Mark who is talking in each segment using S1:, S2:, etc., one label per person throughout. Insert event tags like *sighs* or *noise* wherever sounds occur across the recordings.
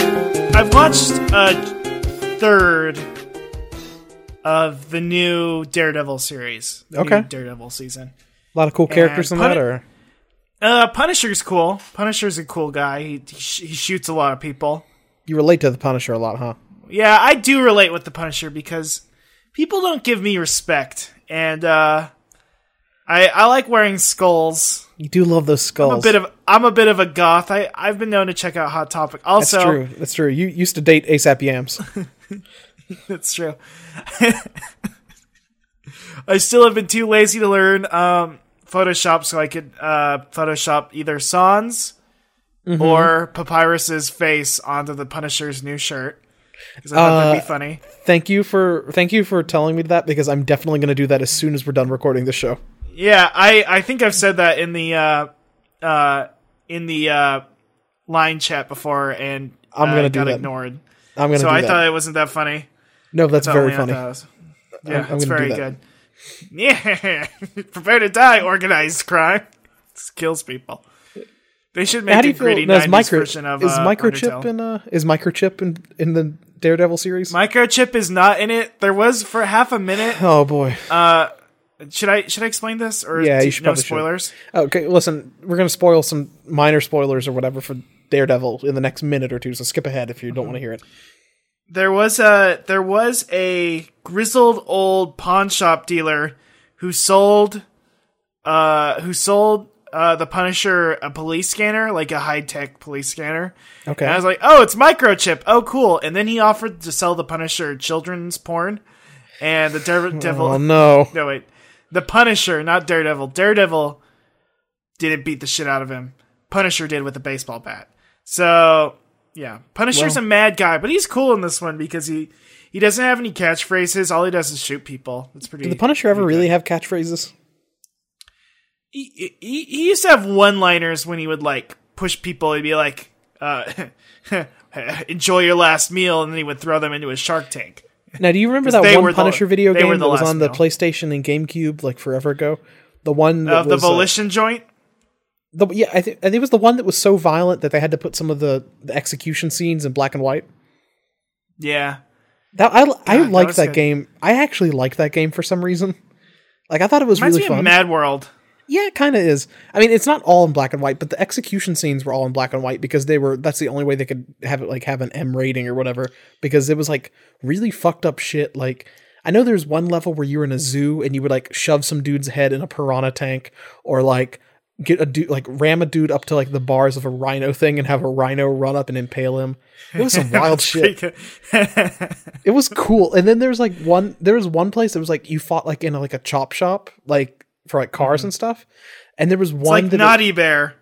S1: I've watched a third of the new Daredevil series. the new
S2: Okay.
S1: Daredevil season.
S2: A lot of cool characters in
S1: put
S2: that,
S1: it-
S2: or
S1: Uh, Punisher's cool. Punisher's a cool guy. He he, sh- he shoots a lot of people.
S2: you relate to the Punisher a lot, huh?
S1: Yeah, I do relate with the Punisher because people don't give me respect, and uh, I I like wearing skulls.
S2: You do love those skulls.
S1: I'm a bit of I'm a bit of a goth. I I've been known to check out Hot Topic.
S2: That's
S1: Also,
S2: true. That's true. You used to date ASAP
S1: *laughs*
S2: Yams.
S1: That's true. *laughs* I still have been too lazy to learn um, Photoshop, so I could uh, Photoshop either Sans
S2: Mm-hmm.
S1: or Papyrus's face onto the Punisher's new shirt. 'Cause I thought that'd
S2: Uh,
S1: be funny.
S2: thank you for thank you for telling me that because I'm definitely going to do that as soon as we're done recording the show.
S1: Yeah, I, I think I've said that in the uh, uh, in the uh, line chat before, and
S2: I'm
S1: uh,
S2: gonna do
S1: got
S2: that.
S1: ignored.
S2: I'm going to
S1: So
S2: do
S1: I
S2: that.
S1: thought it wasn't that funny.
S2: no, that's
S1: That's
S2: very
S1: all I
S2: funny.
S1: thought it was. Yeah,
S2: I'm
S1: it's
S2: gonna
S1: very
S2: do
S1: good.
S2: that.
S1: Yeah, *laughs* prepare to die. Organized crime This kills people. They should make
S2: How do
S1: a
S2: you
S1: gritty
S2: feel? now, Is
S1: 90s
S2: micro
S1: version of
S2: is
S1: uh,
S2: microchip
S1: Undertale.
S2: in uh, is microchip in in the Daredevil series?
S1: Microchip is not in it. There was for half a minute.
S2: *laughs* oh boy.
S1: Uh, Should I should I explain this or
S2: Yeah,
S1: do-
S2: you should
S1: no
S2: probably should.
S1: spoilers?
S2: okay, listen, we're going to spoil some minor spoilers or whatever for Daredevil in the next minute or two. So skip ahead if you
S1: Mm-hmm.
S2: don't want to hear it.
S1: There was a there was a grizzled old pawn shop dealer who sold uh who sold uh the Punisher a police scanner, like a high tech police scanner.
S2: Okay.
S1: And I was like, oh, it's microchip. Oh, cool. And then he offered to sell the Punisher children's porn. And the
S2: *laughs*
S1: Daredevil.
S2: oh no.
S1: No, wait. The Punisher, not Daredevil. Daredevil didn't beat the shit out of him. Punisher did with a baseball bat. So, yeah. Punisher's a mad guy, but he's cool in this one because he. He doesn't have any catchphrases. All he does is shoot people. It's pretty.
S2: Did the Punisher ever really have catchphrases?
S1: he, he, he used to have one liners when he would like push people he'd be like uh, *laughs* enjoy your last meal and then he would throw them into a shark tank
S2: Now, do you remember that
S1: they were
S2: one
S1: the-
S2: Punisher video
S1: they were
S2: game
S1: the
S2: that was
S1: last
S2: on the
S1: meal.
S2: PlayStation and GameCube like forever ago? The one that
S1: of the
S2: was, uh,
S1: volition joint
S2: the, yeah, I, think I think it was the one that was so violent that they had to put some of the, the execution scenes in black and white.
S1: yeah
S2: That I I
S1: God, Ah, that
S2: liked
S1: was
S2: that
S1: good.
S2: game. I actually liked that game for some reason. Like I thought it was
S1: reminds me
S2: really fun.
S1: of mad world
S2: yeah, it kind of is. I mean, it's not all in black and white, but the execution scenes were all in black and white because they were. That's the only way they could have it like have an M rating or whatever because it was like really fucked up shit. Like I know there's one level where you were in a zoo and you would like shove some dude's head in a piranha tank or like get a dude like ram a dude up to like the bars of a rhino thing and have a rhino run up and impale him. It was some wild Oh, shit
S1: *laughs*
S2: it was cool. And then there's like one there was one place that was like you fought like in like a chop shop, like for like cars and stuff. And there was one
S1: like
S2: that
S1: naughty bear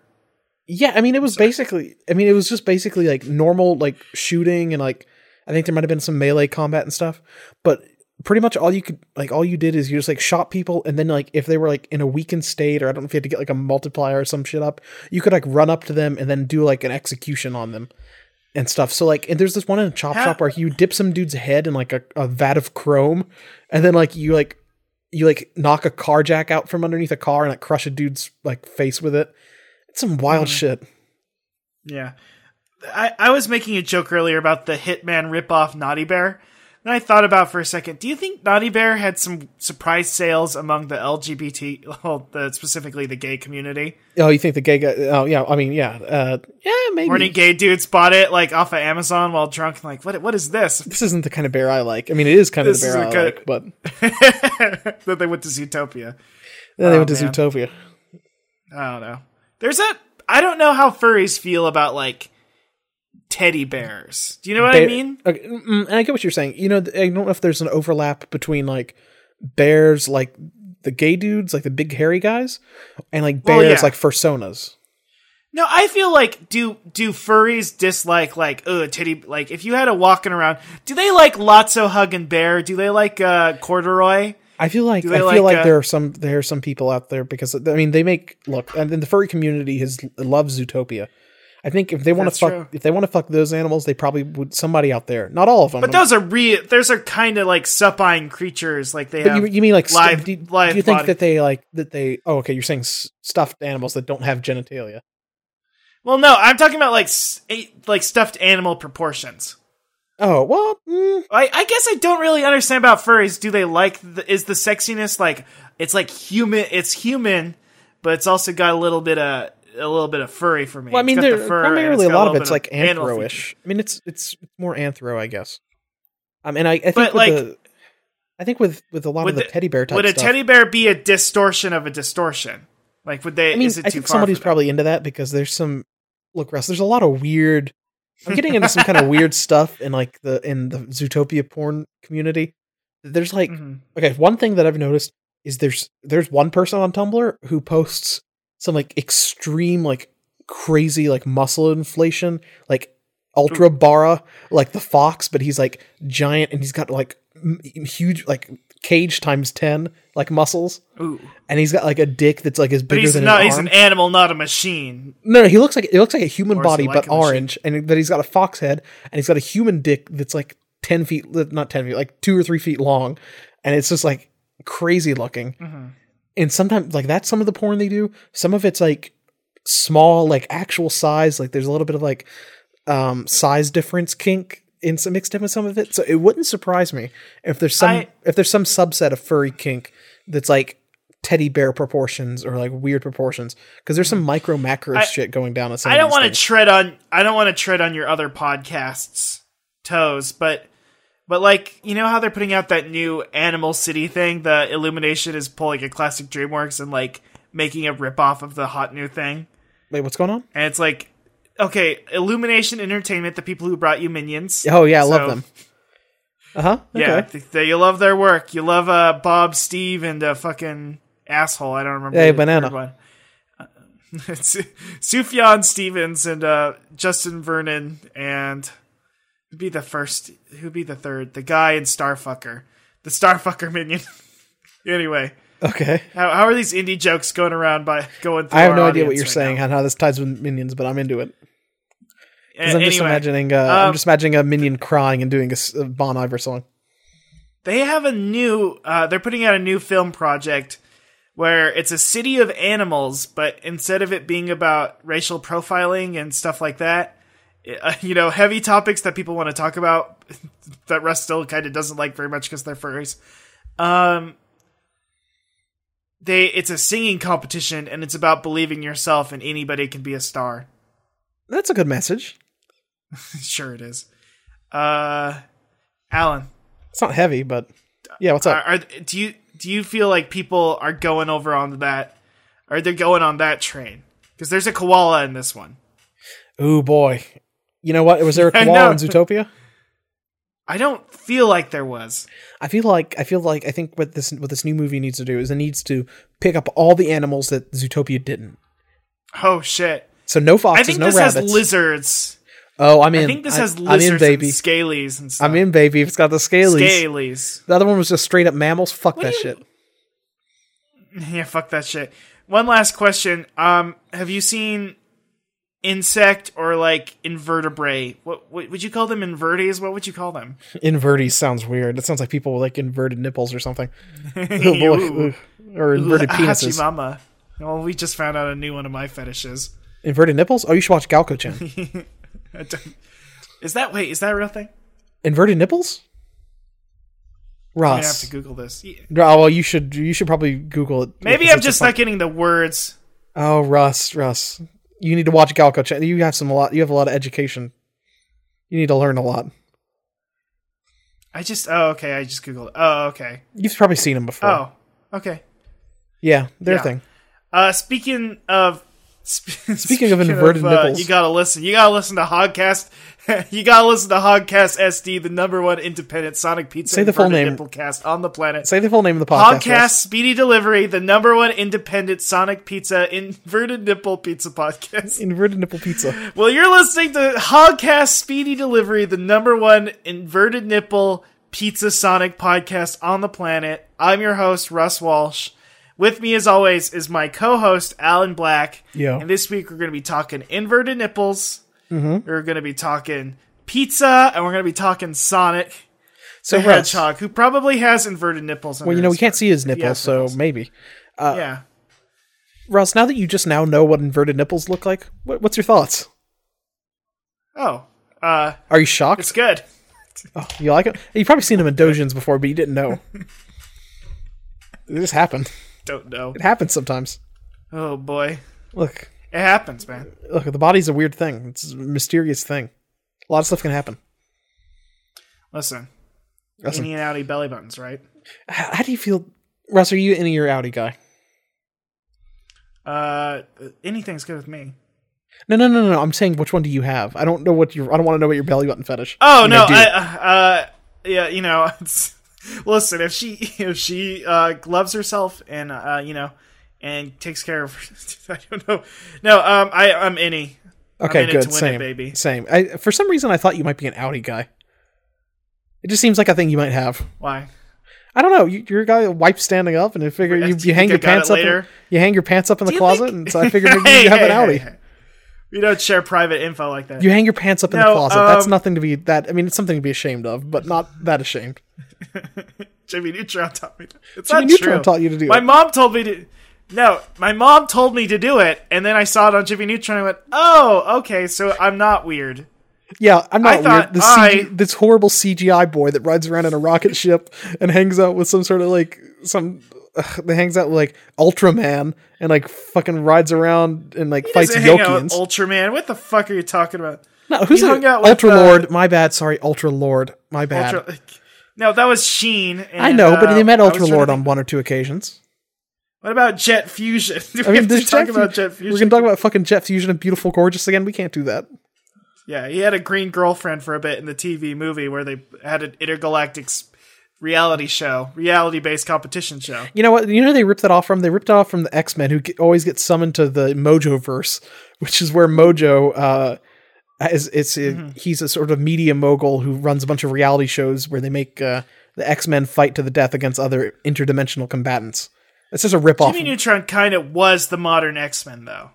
S2: yeah, I mean it was basically I mean it was just basically like normal like shooting and like I think there might have been some melee combat and stuff, but pretty much all you could like all you did is you just like shot people and then like if they were like in a weakened state or I don't know if you had to get like a multiplier or some shit up, you could like run up to them and then do like an execution on them and stuff. So like, and there's this one in a chop
S1: How-
S2: shop where you dip some dude's head in like a, a vat of chrome, and then like you like you like knock a car jack out from underneath a car and like crush a dude's like face with it. It's some wild shit.
S1: yeah I, I was making a joke earlier about the hitman ripoff naughty bear and i thought about for a second do you think naughty bear had some surprise sales among the lgbt *laughs* well the, specifically the gay community
S2: Oh, you think the gay guy? Oh, yeah. I mean, yeah, uh, yeah, maybe.
S1: Horny gay dudes bought it like off of Amazon while drunk. Like, what? What is this? *laughs*
S2: this isn't the kind of bear I like. I mean, it is kind of
S1: This
S2: the bear I
S1: isn't kind
S2: like,
S1: of-
S2: but
S1: that they went to Zootopia.
S2: then they went to
S1: Oh, man.
S2: Zootopia.
S1: I don't know. There's a. I don't know how furries feel about like teddy bears. Do you know what I
S2: Bear-
S1: mean?
S2: okay, mm, and I get what you're saying. You know, th- I don't know if there's an overlap between like bears, like the gay dudes, like the big hairy guys, and like bears,
S1: Well, yeah.
S2: like fursonas.
S1: No, I feel like do do furries dislike like ugh titty like if you had a walking around do they like Lotso hugging bear? Do they like uh corduroy?
S2: I feel like I
S1: they
S2: feel like,
S1: like, uh,
S2: there are some there are some people out there because I mean they make look and then the furry community has loves Zootopia. I think if they want to
S1: That's
S2: fuck
S1: true.
S2: if they want to fuck those animals, they probably would somebody out there. Not all of them.
S1: But those are real. Those are kind of like supine creatures. Like they
S2: But
S1: have
S2: you, you mean like st-
S1: live-
S2: do, do
S1: live
S2: you think
S1: body.
S2: that they like that they oh okay you're saying s- stuffed animals that don't have genitalia
S1: Well, no, I'm talking about like s- eight, like stuffed animal proportions.
S2: Oh well, mm,
S1: I, I guess I don't really understand about furries. Do they like the, is the sexiness like it's like human? It's human, but it's also got a little bit of a little bit of furry for me.
S2: well, I mean,
S1: it's got
S2: there,
S1: the fur and
S2: primarily
S1: it's
S2: a
S1: got
S2: lot of
S1: little
S2: it's
S1: bit
S2: like
S1: animal
S2: anthro-ish.
S1: features.
S2: I mean, it's it's more anthro, I guess. Um, and I, I think
S1: But,
S2: with
S1: like-
S2: the, I think with with a lot
S1: Would
S2: of the,
S1: the-
S2: teddy bear type
S1: Would a
S2: stuff,
S1: teddy bear be a distortion of a distortion? Like, would they?
S2: I mean,
S1: is it too
S2: I think
S1: far
S2: somebody's
S1: for them?
S2: probably into that because there's some look, Russ. There's a lot of weird. I'm getting into
S1: *laughs*
S2: some kind of weird stuff in like the in the Zootopia porn community. There's like
S1: Mhm.
S2: okay, one thing that I've noticed is there's there's one person on Tumblr who posts some like extreme like crazy like muscle inflation like ultra bara like the fox but he's like giant and he's got like m- huge like cage times 10 like muscles
S1: Mm-hmm. Ooh.
S2: and he's got like a dick that's like as
S1: But
S2: bigger
S1: he's
S2: than
S1: not.
S2: an
S1: He's
S2: arm.
S1: an animal, not a machine.
S2: No, no, he looks like he looks like a human
S1: Or is he
S2: body,
S1: like
S2: but
S1: a machine?
S2: orange, and that he's got a fox head, and he's got a human dick that's like ten feet, not ten feet, like two or three feet long, and it's just like crazy looking.
S1: Mhm.
S2: And sometimes, like that's some of the porn they do. Some of it's like small, like actual size. Like there's a little bit of like um size difference kink in some mixed in with some of it. So it wouldn't surprise me if there's some
S1: I-
S2: if there's some subset of furry kink that's like teddy bear proportions or like weird proportions because there's some micro macro
S1: Mm-hmm. I-
S2: shit going down at some
S1: I
S2: of
S1: don't
S2: these
S1: want to
S2: things.
S1: tread on. I don't want to tread on your other podcasts' toes, but but like you know how they're putting out that new Animal City thing. The Illumination is pulling a classic DreamWorks and like making a ripoff of the hot new thing.
S2: Wait, what's going on?
S1: And it's like, okay, Illumination Entertainment, the people who brought you Minions.
S2: Oh yeah, I love
S1: So-
S2: them. Uh huh. Okay.
S1: Yeah, th- th- you love their work. You love uh, Bob, Steve, and uh, fucking asshole. I don't remember.
S2: Hey,
S1: the
S2: banana.
S1: third One. Uh, *laughs* Su- Sufjan Stevens and uh, Justin Vernon and who'd be the first? Who'd be the third? The guy in Starfucker, the Starfucker minion. *laughs* anyway,
S2: Okay.
S1: how, how are these indie jokes going around by going? Through
S2: I have
S1: our
S2: no idea what
S1: audience
S2: you're
S1: right
S2: saying
S1: now?
S2: on how this ties with minions, but I'm into it.
S1: A-
S2: 'Cause I'm just
S1: anyway,
S2: imagining. Uh,
S1: um,
S2: I'm just imagining a minion crying and doing a s- a Bon Iver song.
S1: they have a new uh, they're putting out a new film project where it's a city of animals but instead of it being about racial profiling and stuff like that it- uh, *laughs* you know heavy topics that people want to talk about *laughs* that russ still kind of doesn't like very much because they're furries um they it's a singing competition and it's about believing yourself and anybody can be a star *laughs*
S2: That's a good message.
S1: sure it is uh alan
S2: It's not heavy, but yeah. What's
S1: are,
S2: up?
S1: are do you do you feel like people are going over on that are they going on that train because there's a koala in this one
S2: Ooh boy. You know what? Was there a
S1: *laughs* I
S2: koala
S1: know.
S2: in Zootopia?
S1: i don't feel like there was
S2: I feel like I feel like I think what this what this new movie needs to do is it needs to pick up all the animals that Zootopia didn't.
S1: oh shit
S2: So no
S1: i
S2: foxes,
S1: think
S2: no
S1: this
S2: rabbits.
S1: has lizards
S2: oh, I'm in.
S1: i think this has
S2: I'm in,
S1: lizards
S2: baby.
S1: and scalies and stuff
S2: I'm in, baby. It's got the scalies.
S1: scalies
S2: The other one was just straight up mammals. Fuck that
S1: do you-
S2: shit.
S1: *laughs* yeah fuck that shit one last question um have you seen insect or like invertebrate what, what would you call them invertes what would you call them
S2: Inverties sounds weird. It sounds like people with like inverted nipples or
S1: *laughs*
S2: something. Oh, boy.
S1: Ooh.
S2: Ugh. Or inverted
S1: *laughs*
S2: penises.
S1: Hachimama. Well, we just found out a new one of my fetishes.
S2: Inverted nipples? Oh, you should watch Galco Chan.
S1: *laughs* I don't- Is that wait? Is that a real thing?
S2: inverted nipples?
S1: I have
S2: Ross.
S1: to Google this. Yeah.
S2: Oh, well, you should you should probably Google it.
S1: Maybe
S2: because
S1: I'm
S2: it's a
S1: just
S2: fun-
S1: not getting the words.
S2: Oh, Russ, Russ, you need to watch Galco Chan. You have some a lot. You have a lot of education. You need to learn a lot.
S1: I just oh okay. I just googled. Oh okay.
S2: You've probably seen him before.
S1: Oh okay.
S2: yeah, their
S1: yeah.
S2: thing.
S1: Uh, speaking of *laughs* sp-
S2: *laughs*
S1: speaking, uh,
S2: of inverted nipples.
S1: you gotta listen. You gotta listen to Hogcast. *laughs* you gotta listen to Hogcast SD, the number one independent Sonic Pizza
S2: Say the full
S1: inverted
S2: name.
S1: nipple cast on the planet.
S2: Say the full name of the podcast.
S1: Podcast Speedy Delivery, the number one independent Sonic Pizza inverted nipple pizza
S2: Russ.
S1: podcast. *laughs*
S2: Inverted nipple pizza.
S1: Well, you're listening to Hogcast Speedy Delivery, the number one inverted nipple pizza Sonic podcast on the planet. I'm your host, Russ Walsh. With me, as always, is my co-host Alan Black.
S2: Yo.
S1: And this week we're going to be talking inverted nipples.
S2: Mm-hmm.
S1: We're going to be talking pizza, and we're going to be talking Sonic
S2: So Russ, well,
S1: Hedgehog, who probably has inverted nipples. Well,
S2: you know we can't see his nipples,
S1: Yeah,
S2: so
S1: nipples.
S2: maybe
S1: yeah.
S2: Russ. Now that you just now know what inverted nipples look like, what, what's your thoughts?
S1: Oh, uh,
S2: Are you shocked?
S1: it's good.
S2: Oh, you like him? You've probably seen him in Dojins before, but you
S1: *laughs*
S2: didn't know. it just happened.
S1: Don't know.
S2: It happens sometimes.
S1: Oh boy,
S2: Look,
S1: it happens, man.
S2: look, the body's a weird thing. It's a mysterious thing. A lot of stuff can happen.
S1: Listen,
S2: Listen.
S1: Any and outy belly buttons, right?
S2: H- How, do you feel, Russ? Are you any or outy guy?
S1: Uh, anything's good with me.
S2: No, no, no, no, no. I'm saying which one do you have? I don't know what your. I don't want to know what your belly button fetish.
S1: Oh
S2: mean,
S1: no,
S2: do.
S1: I, uh, uh, yeah, you know, *laughs* it's, listen, if she *laughs* if she uh, loves herself and uh, you know, and takes care of, *laughs* I don't know, no, um, I I'm any,
S2: okay,
S1: in it
S2: good.
S1: to win it,
S2: same,
S1: baby.
S2: same. I, for some reason, I thought you might be an outy guy. It just seems like a thing you might have.
S1: why?
S2: I don't know. You, you're a guy who wipes standing up, and you figure
S1: Do
S2: you,
S1: you
S2: you hang
S1: think
S2: your
S1: I got
S2: pants
S1: it
S2: up. In,
S1: later?
S2: you hang your pants up in the
S1: you
S2: closet,
S1: think-
S2: and so
S1: *laughs*
S2: I figured maybe you have an outie.
S1: We don't share private info like that.
S2: You hang your pants up in the
S1: No,
S2: closet. That's
S1: um,
S2: nothing to be that. I mean, it's something to be ashamed of, but not that ashamed.
S1: Jimmy Neutron taught me. That. It's
S2: Jimmy
S1: not
S2: Neutron
S1: true.
S2: taught you to do
S1: My
S2: it.
S1: mom told me to. No, my mom told me to do it, and then I saw it on Jimmy Neutron. and I went, "Oh, okay, so I'm not weird."
S2: Yeah, I'm not
S1: I thought
S2: weird. This,
S1: I-
S2: CG, this horrible CGI boy that rides around in a rocket ship and hangs out with some sort of like some ugh, that hangs out with like Ultraman and like fucking rides around and like fights
S1: Doesn't hang out with
S2: Yokians.
S1: Ultraman. What the fuck are you talking about?
S2: no, who's
S1: he
S2: that?
S1: hung out with,
S2: Ultra
S1: uh,
S2: Lord? my bad. Sorry, Ultra Lord. My bad.
S1: Ultra, no, that was Sheen. And,
S2: I know, but
S1: uh,
S2: they met
S1: I was
S2: Ultra
S1: trying to
S2: Lord
S1: think-
S2: on one or
S1: *laughs*
S2: two occasions.
S1: What about Jet Fusion? *laughs* Do we
S2: I mean,
S1: have to
S2: this
S1: talk
S2: Jet
S1: about
S2: Fu-
S1: Jet Fusion?
S2: We're gonna talk about fucking Jet Fusion and Beautiful Gorgeous again. We can't do that.
S1: Yeah, he had a green girlfriend for a bit in the TV movie where they had an intergalactic s- reality show, reality based competition show.
S2: You know what? You know who they ripped that off from. They ripped it off from the X Men, who get, always get summoned to the Mojo verse, which is where Mojo uh, is. It's
S1: Mm-hmm.
S2: he's a sort of media mogul who runs a bunch of reality shows where they make uh, the X Men fight to the death against other interdimensional combatants. It's just a rip off.
S1: Jimmy Neutron kind of was the modern X Men, though.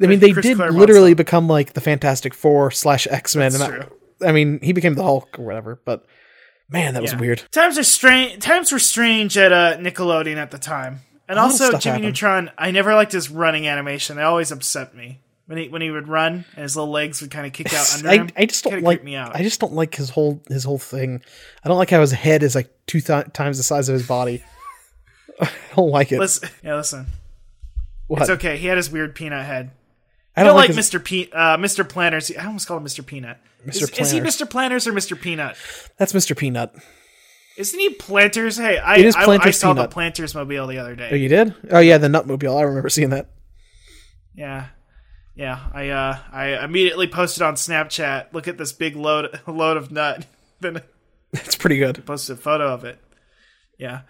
S2: I mean, they
S1: Chris
S2: did
S1: Claremont
S2: literally become like the Fantastic Four slash X Men.
S1: That's
S2: and I-
S1: true.
S2: I, mean, he became the Hulk or whatever. But man, that was
S1: Yeah.
S2: weird.
S1: Times are strange. Times were strange at uh, Nickelodeon at the time, and
S2: lot of
S1: also
S2: stuff
S1: Jimmy
S2: happened.
S1: Neutron. I never liked his running animation. It always upset me when he when he would run and his little legs would kind of kick out under
S2: I,
S1: him.
S2: I just don't
S1: Kinda
S2: like
S1: creeped me out.
S2: I just don't like his whole his whole thing. I don't like how his head is like two th- times the size of his body. *laughs* I don't like it.
S1: listen, yeah, listen.
S2: What?
S1: It's okay. He had his weird peanut head.
S2: I
S1: I
S2: don't
S1: don't like
S2: his-
S1: Mr. Pe- uh, Mr. Planners. I almost called him Mr. Peanut. Mr. Is, is he
S2: Planners.
S1: Mr. Planners or Mr. Peanut?
S2: that's Mr. Peanut.
S1: Isn't he Planters? Hey, I,
S2: It is
S1: I, I
S2: Planters
S1: saw
S2: Peanut.
S1: the Planters mobile the other
S2: Oh,
S1: day.
S2: you did? Oh yeah, the Nutmobile. I remember seeing that. *laughs*
S1: Yeah. Yeah. I uh I immediately posted on Snapchat, look at this big load *laughs* load of nut. then
S2: It's pretty good.
S1: posted a photo of it. Yeah.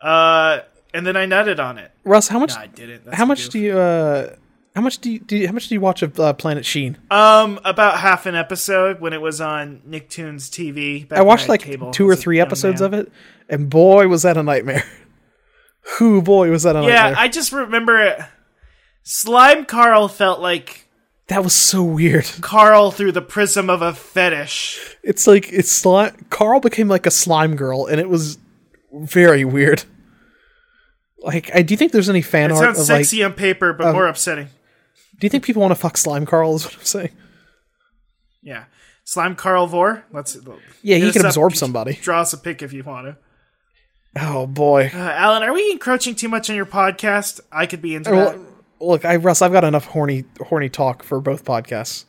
S1: Uh and then I nutted on it.
S2: Russ, how much
S1: I didn't. That's
S2: how
S1: a
S2: much
S1: goof.
S2: do you uh how much do you, do you- how much do you watch of uh, Planet Sheen?
S1: Um about half an episode when it was on Nicktoons TV.
S2: I watched like two or three episodes of it, and boy was that a nightmare. *laughs* Who boy was that a
S1: Yeah,
S2: nightmare?
S1: I just remember it. Slime Carl felt like
S2: that was so weird.
S1: Carl through the prism of a fetish.
S2: It's like it's slime. Carl became like a slime girl, and it was very weird. Like, I do you think there's any fan
S1: It
S2: art
S1: sounds
S2: of like?
S1: sexy on paper, but more upsetting.
S2: Do you think people want to fuck slime Carl? Is what I'm saying.
S1: Yeah, slime Carl Vor. Let's.
S2: Yeah, he
S1: hit
S2: can
S1: us up.
S2: absorb somebody.
S1: Draw us a pic if you want to.
S2: Oh boy.
S1: Uh, Alan, are we encroaching too much on your podcast? I could be into that.
S2: Well, look, I Russ, I've got enough horny horny talk for both podcasts.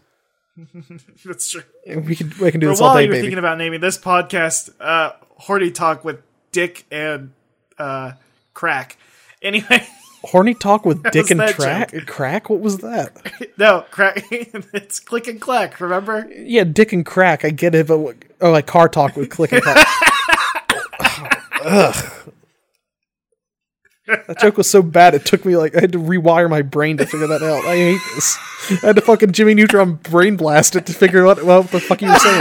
S1: That's true.
S2: We can we can do
S1: But
S2: this all
S1: while
S2: day,
S1: you were
S2: baby.
S1: thinking about naming this podcast uh, "Horny Talk" with Dick and uh, Crack. Anyway, *laughs*
S2: horny talk with dick
S1: was *laughs*
S2: and
S1: that
S2: track crack. What was that?
S1: no Crack. *laughs* it's click and clack. Remember?
S2: Yeah, dick and crack. I get it, but what- oh, like car talk with click and
S1: *laughs*
S2: clack. Ugh. That joke was so bad it took me like I had to rewire my brain to figure that out. I hate this. I had to fucking Jimmy Neutron brain blast it to figure out what the fuck you were saying.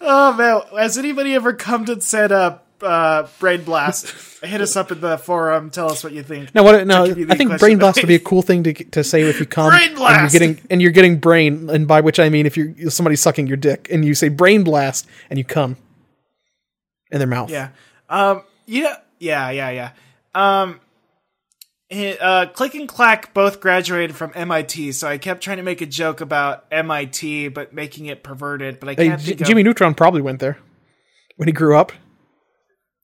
S1: Oh man, has anybody ever come and said uh, uh, brain
S2: *laughs*
S1: blast? Hit us up in the forum. Tell us what you think.
S2: No, what? No,
S1: give you the
S2: I think
S1: question
S2: brain
S1: back.
S2: blast would be a cool thing to to say if you come
S1: Brain
S2: and you're
S1: blast!
S2: getting and you're getting brain, and by which I mean if you're somebody's sucking your dick and you say brain blast and you come in their mouth.
S1: Yeah. Um. You know. Yeah. Yeah. Yeah. Um. uh, Click and Clack both graduated from MIT, so I kept trying to make a joke about MIT, but making it perverted. But I
S2: Hey,
S1: can't
S2: J-
S1: think of-
S2: Jimmy Neutron probably went there when he grew up.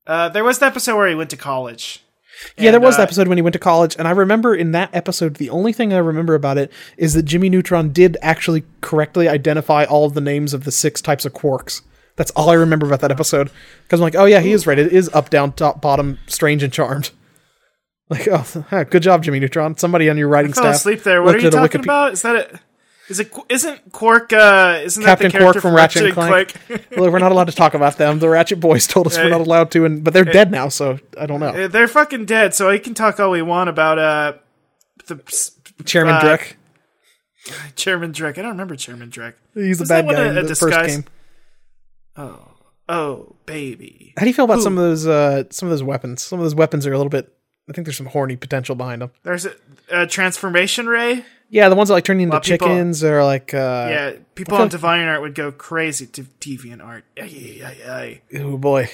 S1: Uh, there was an episode where he went to college.
S2: Yeah, there
S1: And,
S2: was an
S1: uh,
S2: episode when he went to college, and I remember in that episode, the only thing I remember about it is that Jimmy Neutron did actually correctly identify all of the names of the six types of quarks. That's all I remember about that episode. Because I'm like, oh yeah, he is right. It is up, down, top, bottom, strange, and charmed. *laughs* Like, oh, huh, good job, Jimmy Neutron. Somebody on your
S1: *laughs*
S2: writing
S1: I fell
S2: staff.
S1: asleep there. What are
S2: looked
S1: you
S2: at a
S1: talking
S2: Wikipe-
S1: about? Is that it? Is it? Qu- Isn't Quark? Uh, isn't
S2: Captain
S1: that the character
S2: Quark from Ratchet and Clank. Well, we're not allowed to talk about them. The Ratchet Boys told us
S1: *laughs*
S2: we're
S1: Right.
S2: not allowed to, and but they're dead now, so I don't know.
S1: Uh, They're fucking dead, so I can talk all we want about uh the *laughs* s-
S2: Chairman
S1: uh,
S2: Drek,
S1: Chairman Drek. I don't remember Chairman Drek.
S2: he's a
S1: was that
S2: bad
S1: one
S2: guy
S1: a-
S2: in
S1: a
S2: the first
S1: disguise?
S2: game.
S1: Oh baby,
S2: How do you feel about some of those uh, some of those weapons? Some of those weapons are a little bit. I think there's some horny potential behind them.
S1: there's a, a transformation ray.
S2: Yeah, the ones that like turn you into
S1: of people-
S2: chickens or like uh,
S1: Yeah, people on Divine Art would go crazy to Deviant Art.
S2: oh boy.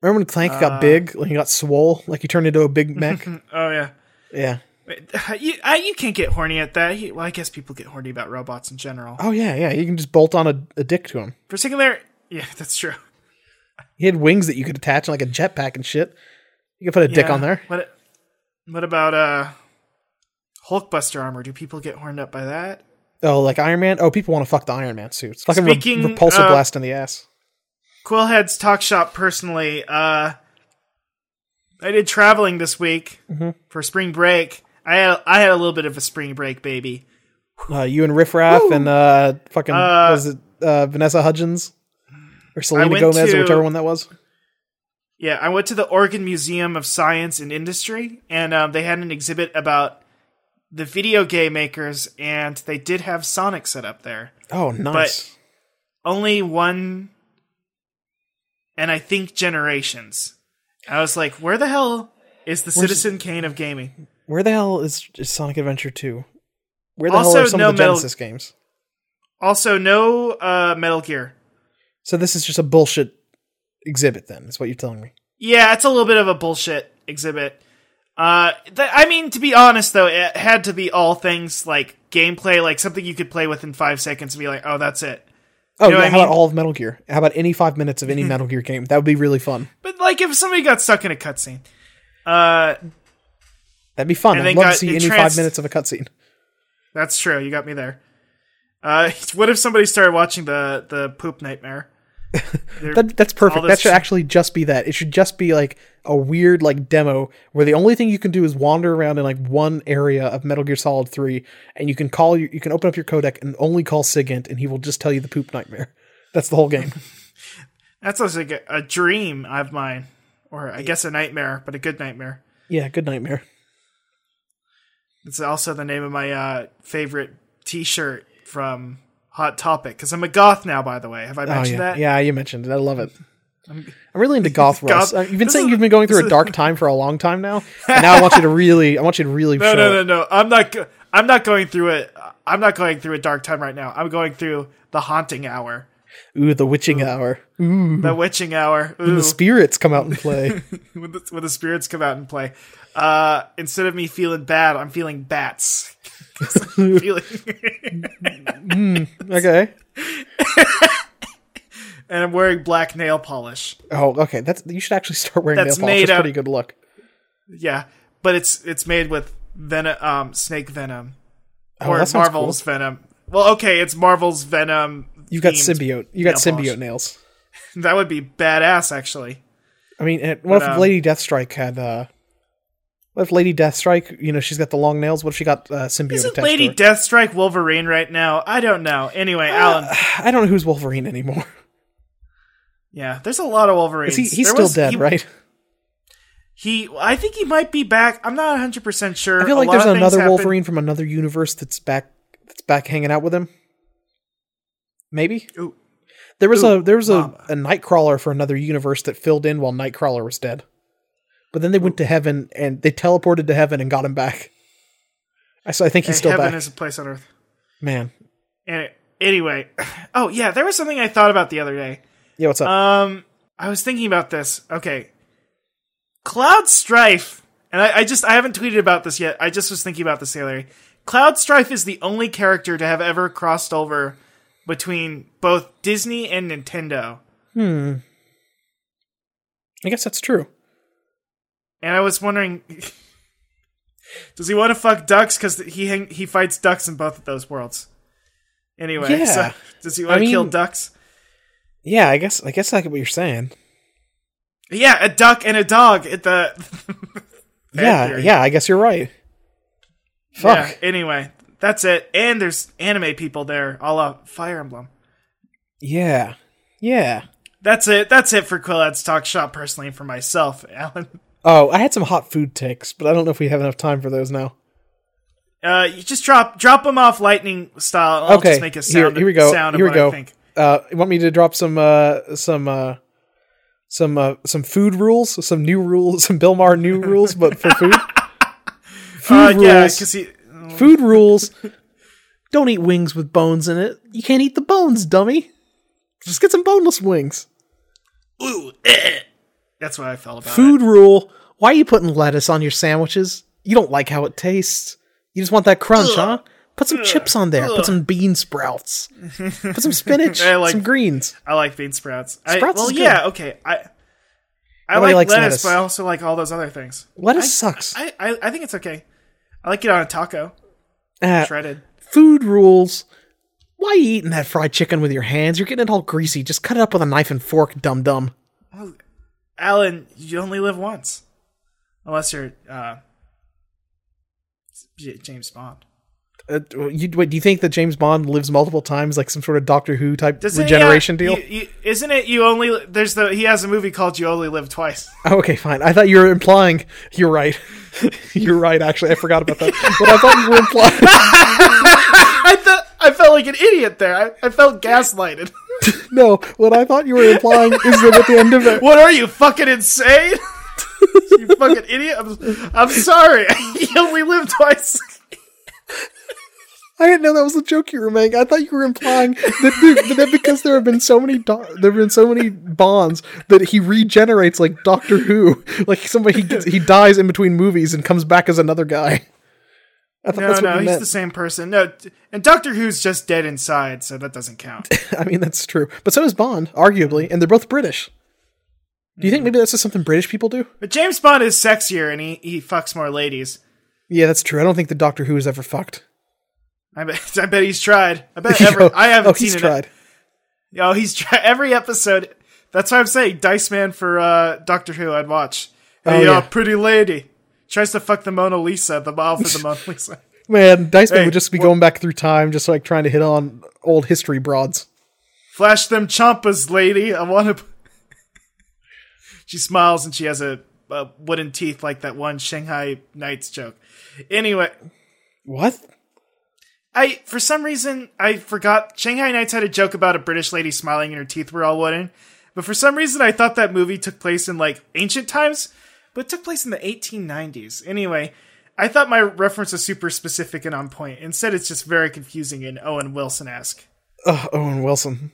S2: Remember when Clank
S1: Uh.
S2: got big? Like he got swole? Like he turned into a
S1: *laughs*
S2: big mech?
S1: Oh yeah.
S2: yeah.
S1: Wait, *laughs* You, I, you can't get horny at that. He- Well, I guess people get horny about robots in general.
S2: Oh yeah, yeah. You can just bolt on a, a dick to him.
S1: Particular, yeah, *laughs* that's true.
S2: He had wings that you could attach like a jetpack and shit. You could put a dick
S1: Yeah.
S2: on there.
S1: What? What about uh, Hulkbuster armor? Do people get horned up by that?
S2: Oh, like Iron Man. Oh, people want to fuck the Iron Man suits. Fucking re-
S1: Speaking
S2: repulsor
S1: of-
S2: blast in the ass.
S1: Quillhead's talk shop. Personally, uh, I did traveling this week
S2: Mm-hmm.
S1: for spring break. I had I had a little bit of a spring break, baby.
S2: Uh, you and Riff Raff and uh, fucking
S1: Uh,
S2: was it uh, Vanessa Hudgens or Selena
S1: went
S2: Gomez
S1: to-
S2: or whichever one that was.
S1: Yeah, I went to the Oregon Museum of Science and Industry, and um, they had an exhibit about the video game makers, and they did have Sonic set up there.
S2: Oh, nice.
S1: Only one, and I think generations. I was like, where the hell is the Citizen Kane of gaming?
S2: Where the hell is, is Sonic Adventure Two? Where the
S1: Also,
S2: hell are some
S1: no
S2: of the
S1: Metal-
S2: Genesis games?
S1: Also, no uh, Metal Gear.
S2: So this is just a bullshit exhibit. Then is what you're telling me.
S1: Yeah, it's a little bit of a bullshit exhibit. Uh, th- I mean, to be honest though, it had to be all things like gameplay, like something you could play within five seconds and be like, oh, that's it.
S2: Oh,
S1: know
S2: yeah,
S1: what I
S2: how about
S1: mean?
S2: all of Metal Gear? How about any five minutes of
S1: *laughs*
S2: any Metal Gear game? That would be really fun.
S1: But like, if somebody got stuck in a cutscene, uh,
S2: That'd be fun.
S1: And then
S2: I'd love to
S1: got
S2: see any five
S1: entranced-
S2: minutes of a cutscene.
S1: that's true. You got me there. Uh, *laughs* what if somebody started watching the the poop nightmare? They're-
S2: That, that's perfect.
S1: all
S2: That
S1: this-
S2: should actually just be that. It should just be like a weird like demo where the only thing you can do is wander around in like one area of Metal Gear Solid 3 and you can call your, you can open up your codec and only call Sigint and he will just tell you the poop nightmare. *laughs* That's the whole game.
S1: *laughs* that's also like a, a dream of mine, or I guess a nightmare, but a good nightmare.
S2: yeah, good nightmare.
S1: It's also the name of my uh, favorite T-shirt from Hot Topic because I'm a goth now. By the way, have I
S2: Oh
S1: mentioned
S2: yeah.
S1: that?
S2: Yeah, you mentioned it. I love it. I'm really into goth
S1: *laughs*
S2: Russ.
S1: Goth-
S2: Uh, You've been
S1: this
S2: saying
S1: is-
S2: you've been going
S1: this
S2: through a
S1: is- *laughs*
S2: dark time for a long time now. And now I want you to really I want you to
S1: *laughs*
S2: really
S1: No,
S2: show
S1: no,
S2: it.
S1: no, no. I'm not. go- I'm not going through it. I'm not going through a dark time right now. I'm going through the haunting hour,
S2: Ooh, the witching hour.
S1: the witching hour. Ooh.
S2: The spirits come out and play.
S1: *laughs* when the, when the spirits come out and play. Uh, instead of me feeling bad, I'm feeling bats. *laughs* 'Cause I'm feeling,
S2: okay.
S1: and I'm wearing black nail polish.
S2: Oh, okay. That's you should actually *laughs* start wearing
S1: That's
S2: nail polish.
S1: made
S2: That's
S1: up-
S2: pretty good look.
S1: Yeah, but it's it's made with venom, um, snake venom, or
S2: Oh, that sounds
S1: Marvel's venom. Well, okay, it's Marvel's venom.
S2: You've got
S1: themed.
S2: symbiote. You got
S1: nail
S2: symbiote
S1: polish.
S2: nails.
S1: That would be badass, actually.
S2: I mean, and what
S1: But,
S2: if
S1: um,
S2: Lady Deathstrike had? uh What if Lady Deathstrike? You know, she's got the long nails. What if she got uh, symbiote
S1: Isn't
S2: attached
S1: Lady
S2: to her?
S1: Deathstrike Wolverine right now? I don't know. Anyway,
S2: Ah.
S1: Alan.
S2: *sighs* I don't know who's Wolverine anymore. *laughs*
S1: Yeah, there's a lot of Wolverines.
S2: 'Cause he, he's
S1: There
S2: still
S1: was-
S2: dead,
S1: he-
S2: right?
S1: He, I think he might be back. I'm not 100 percent sure.
S2: I feel
S1: A
S2: like
S1: lot
S2: there's
S1: of things
S2: another
S1: happened.
S2: Wolverine from another universe that's back that's back hanging out with him. Maybe
S1: Ooh.
S2: there was
S1: Ooh,
S2: a there was a,
S1: mama.
S2: a Nightcrawler for another universe that filled in while Nightcrawler was dead. But then they went to heaven and they teleported to heaven and got him back. I so I think he's
S1: Hey,
S2: still
S1: heaven
S2: back.
S1: is a place on earth.
S2: Man,
S1: And anyway, *sighs* oh yeah, there was something I thought about the other day.
S2: yeah,
S1: Uh,
S2: what's up?
S1: Um, I was thinking about this. Okay, Cloud Strife And I, I just I haven't tweeted about this yet. I just was thinking about this, Larry. Cloud Strife is the only character to have ever crossed over between both Disney and Nintendo.
S2: Hmm. I guess that's true.
S1: And I was wondering, *laughs* does he want to fuck ducks? Because he hang, he fights ducks in both of those worlds. Anyway,
S2: Yeah.
S1: so does he want
S2: I
S1: to
S2: mean-
S1: kill ducks?
S2: Yeah, I guess I guess I get what you're saying.
S1: Yeah, a duck and a dog at the. Fan
S2: *laughs* yeah,
S1: theory.
S2: yeah, I guess you're right. Fuck.
S1: Yeah, anyway, that's it. And there's anime people there, a la Fire Emblem.
S2: Yeah. Yeah.
S1: That's it. That's it for Quillad's Talk Shop personally and for myself, *laughs* Alan.
S2: Oh, I had some hot food takes, but I don't know if we have enough time for those now.
S1: Uh, you just drop drop them off lightning style. I'll
S2: okay.
S1: just make a
S2: here-
S1: sound.
S2: here, we go.
S1: Sound of
S2: here we
S1: what
S2: go.
S1: I think.
S2: Uh, you want me to drop some uh, some uh, some uh, some food rules, some new rules, *laughs* some Bill
S1: *laughs*
S2: Maher new rules, but for food. food
S1: Uh, yeah,
S2: rules.
S1: because he.
S2: food rules. Don't eat wings with bones in it. You can't eat the bones, dummy. Just get some boneless wings.
S1: Ooh, eh. That's what I felt about
S2: Food rule. Why are you putting lettuce on your sandwiches? You don't like how it tastes. You just want that crunch, huh? Put some chips on there. Put some bean sprouts. Put some
S1: *laughs*
S2: spinach.
S1: I like-
S2: some greens.
S1: it. I like bean sprouts. I,
S2: Sprouts
S1: well,
S2: is good.
S1: yeah, okay. I I
S2: Nobody
S1: like
S2: likes
S1: lettuce,
S2: lettuce.
S1: but I also like all those other things.
S2: Lettuce
S1: I-
S2: sucks.
S1: I, I I think it's okay. I like it on a taco,
S2: Ah,
S1: *laughs* shredded.
S2: food rules. Why are you eating that fried chicken with your hands? You're getting it all greasy. Just cut it up with a knife and fork, dum dum.
S1: Alan, you only live once, unless you're uh, J- James Bond.
S2: Uh, you, wait, do you think that James Bond lives multiple times, like some sort of Doctor Who type
S1: Does uh, it-
S2: regeneration
S1: yeah,
S2: deal?
S1: you- you- isn't it? You only there's the he has a movie called You Only Live *laughs* Twice.
S2: Oh, okay, fine. I thought you were implying. You're right. *laughs* you're right. Actually, I forgot about that. but I thought you were implying. *laughs*
S1: I thought I felt like an idiot there. I, I felt gaslighted.
S2: no, what I thought you were implying is that at the end of it.
S1: *laughs* What are you fucking insane? *laughs* you fucking idiot! I'm, I'm sorry. *laughs* you only live twice.
S2: I didn't know that was the joke you were making. I thought you were implying that, that because there have been so many do- there have been so many bonds that he regenerates like Doctor Who, *laughs* like somebody he gets, he dies in between movies and comes back as another guy. I thought
S1: No,
S2: that's what
S1: no,
S2: you
S1: he's
S2: meant.
S1: the same person. No, t- and Doctor Who's just dead inside, so that doesn't count.
S2: *laughs* I mean, that's true. But so is Bond, arguably, and they're both British. Do you
S1: Hmm.
S2: think maybe that's just something British people do?
S1: But James Bond is sexier, and he, he fucks more ladies.
S2: Yeah, that's true. I don't think the Doctor Who has ever fucked.
S1: I bet, *laughs* I bet he's tried. I bet
S2: *laughs*
S1: every, I haven't
S2: oh,
S1: seen
S2: he's
S1: it.
S2: tried.
S1: Oh, he's tried every episode. That's why I'm saying Dice Man for uh, Doctor Who. I'd watch. Hey,
S2: Oh,
S1: uh,
S2: yeah.
S1: pretty lady tries to fuck the Mona Lisa, the model for the Mona Lisa. *laughs*
S2: Man, Dice Man
S1: Hey,
S2: would just be going back through time, just like trying to hit on old history broads.
S1: Flash them chompas, lady. I want to. *laughs* she smiles and she has a, a wooden teeth like that one Shanghai Nights joke. Anyway,
S2: What?
S1: I for some reason I forgot Shanghai Nights had a joke about a British lady smiling and her teeth were all wooden. But for some reason I thought that movie took place in like ancient times, but it took place in the 1890s. Anyway, I thought my reference was super specific and on point. Instead, it's just very confusing and Owen Wilson-esque.
S2: Ugh, Owen Wilson.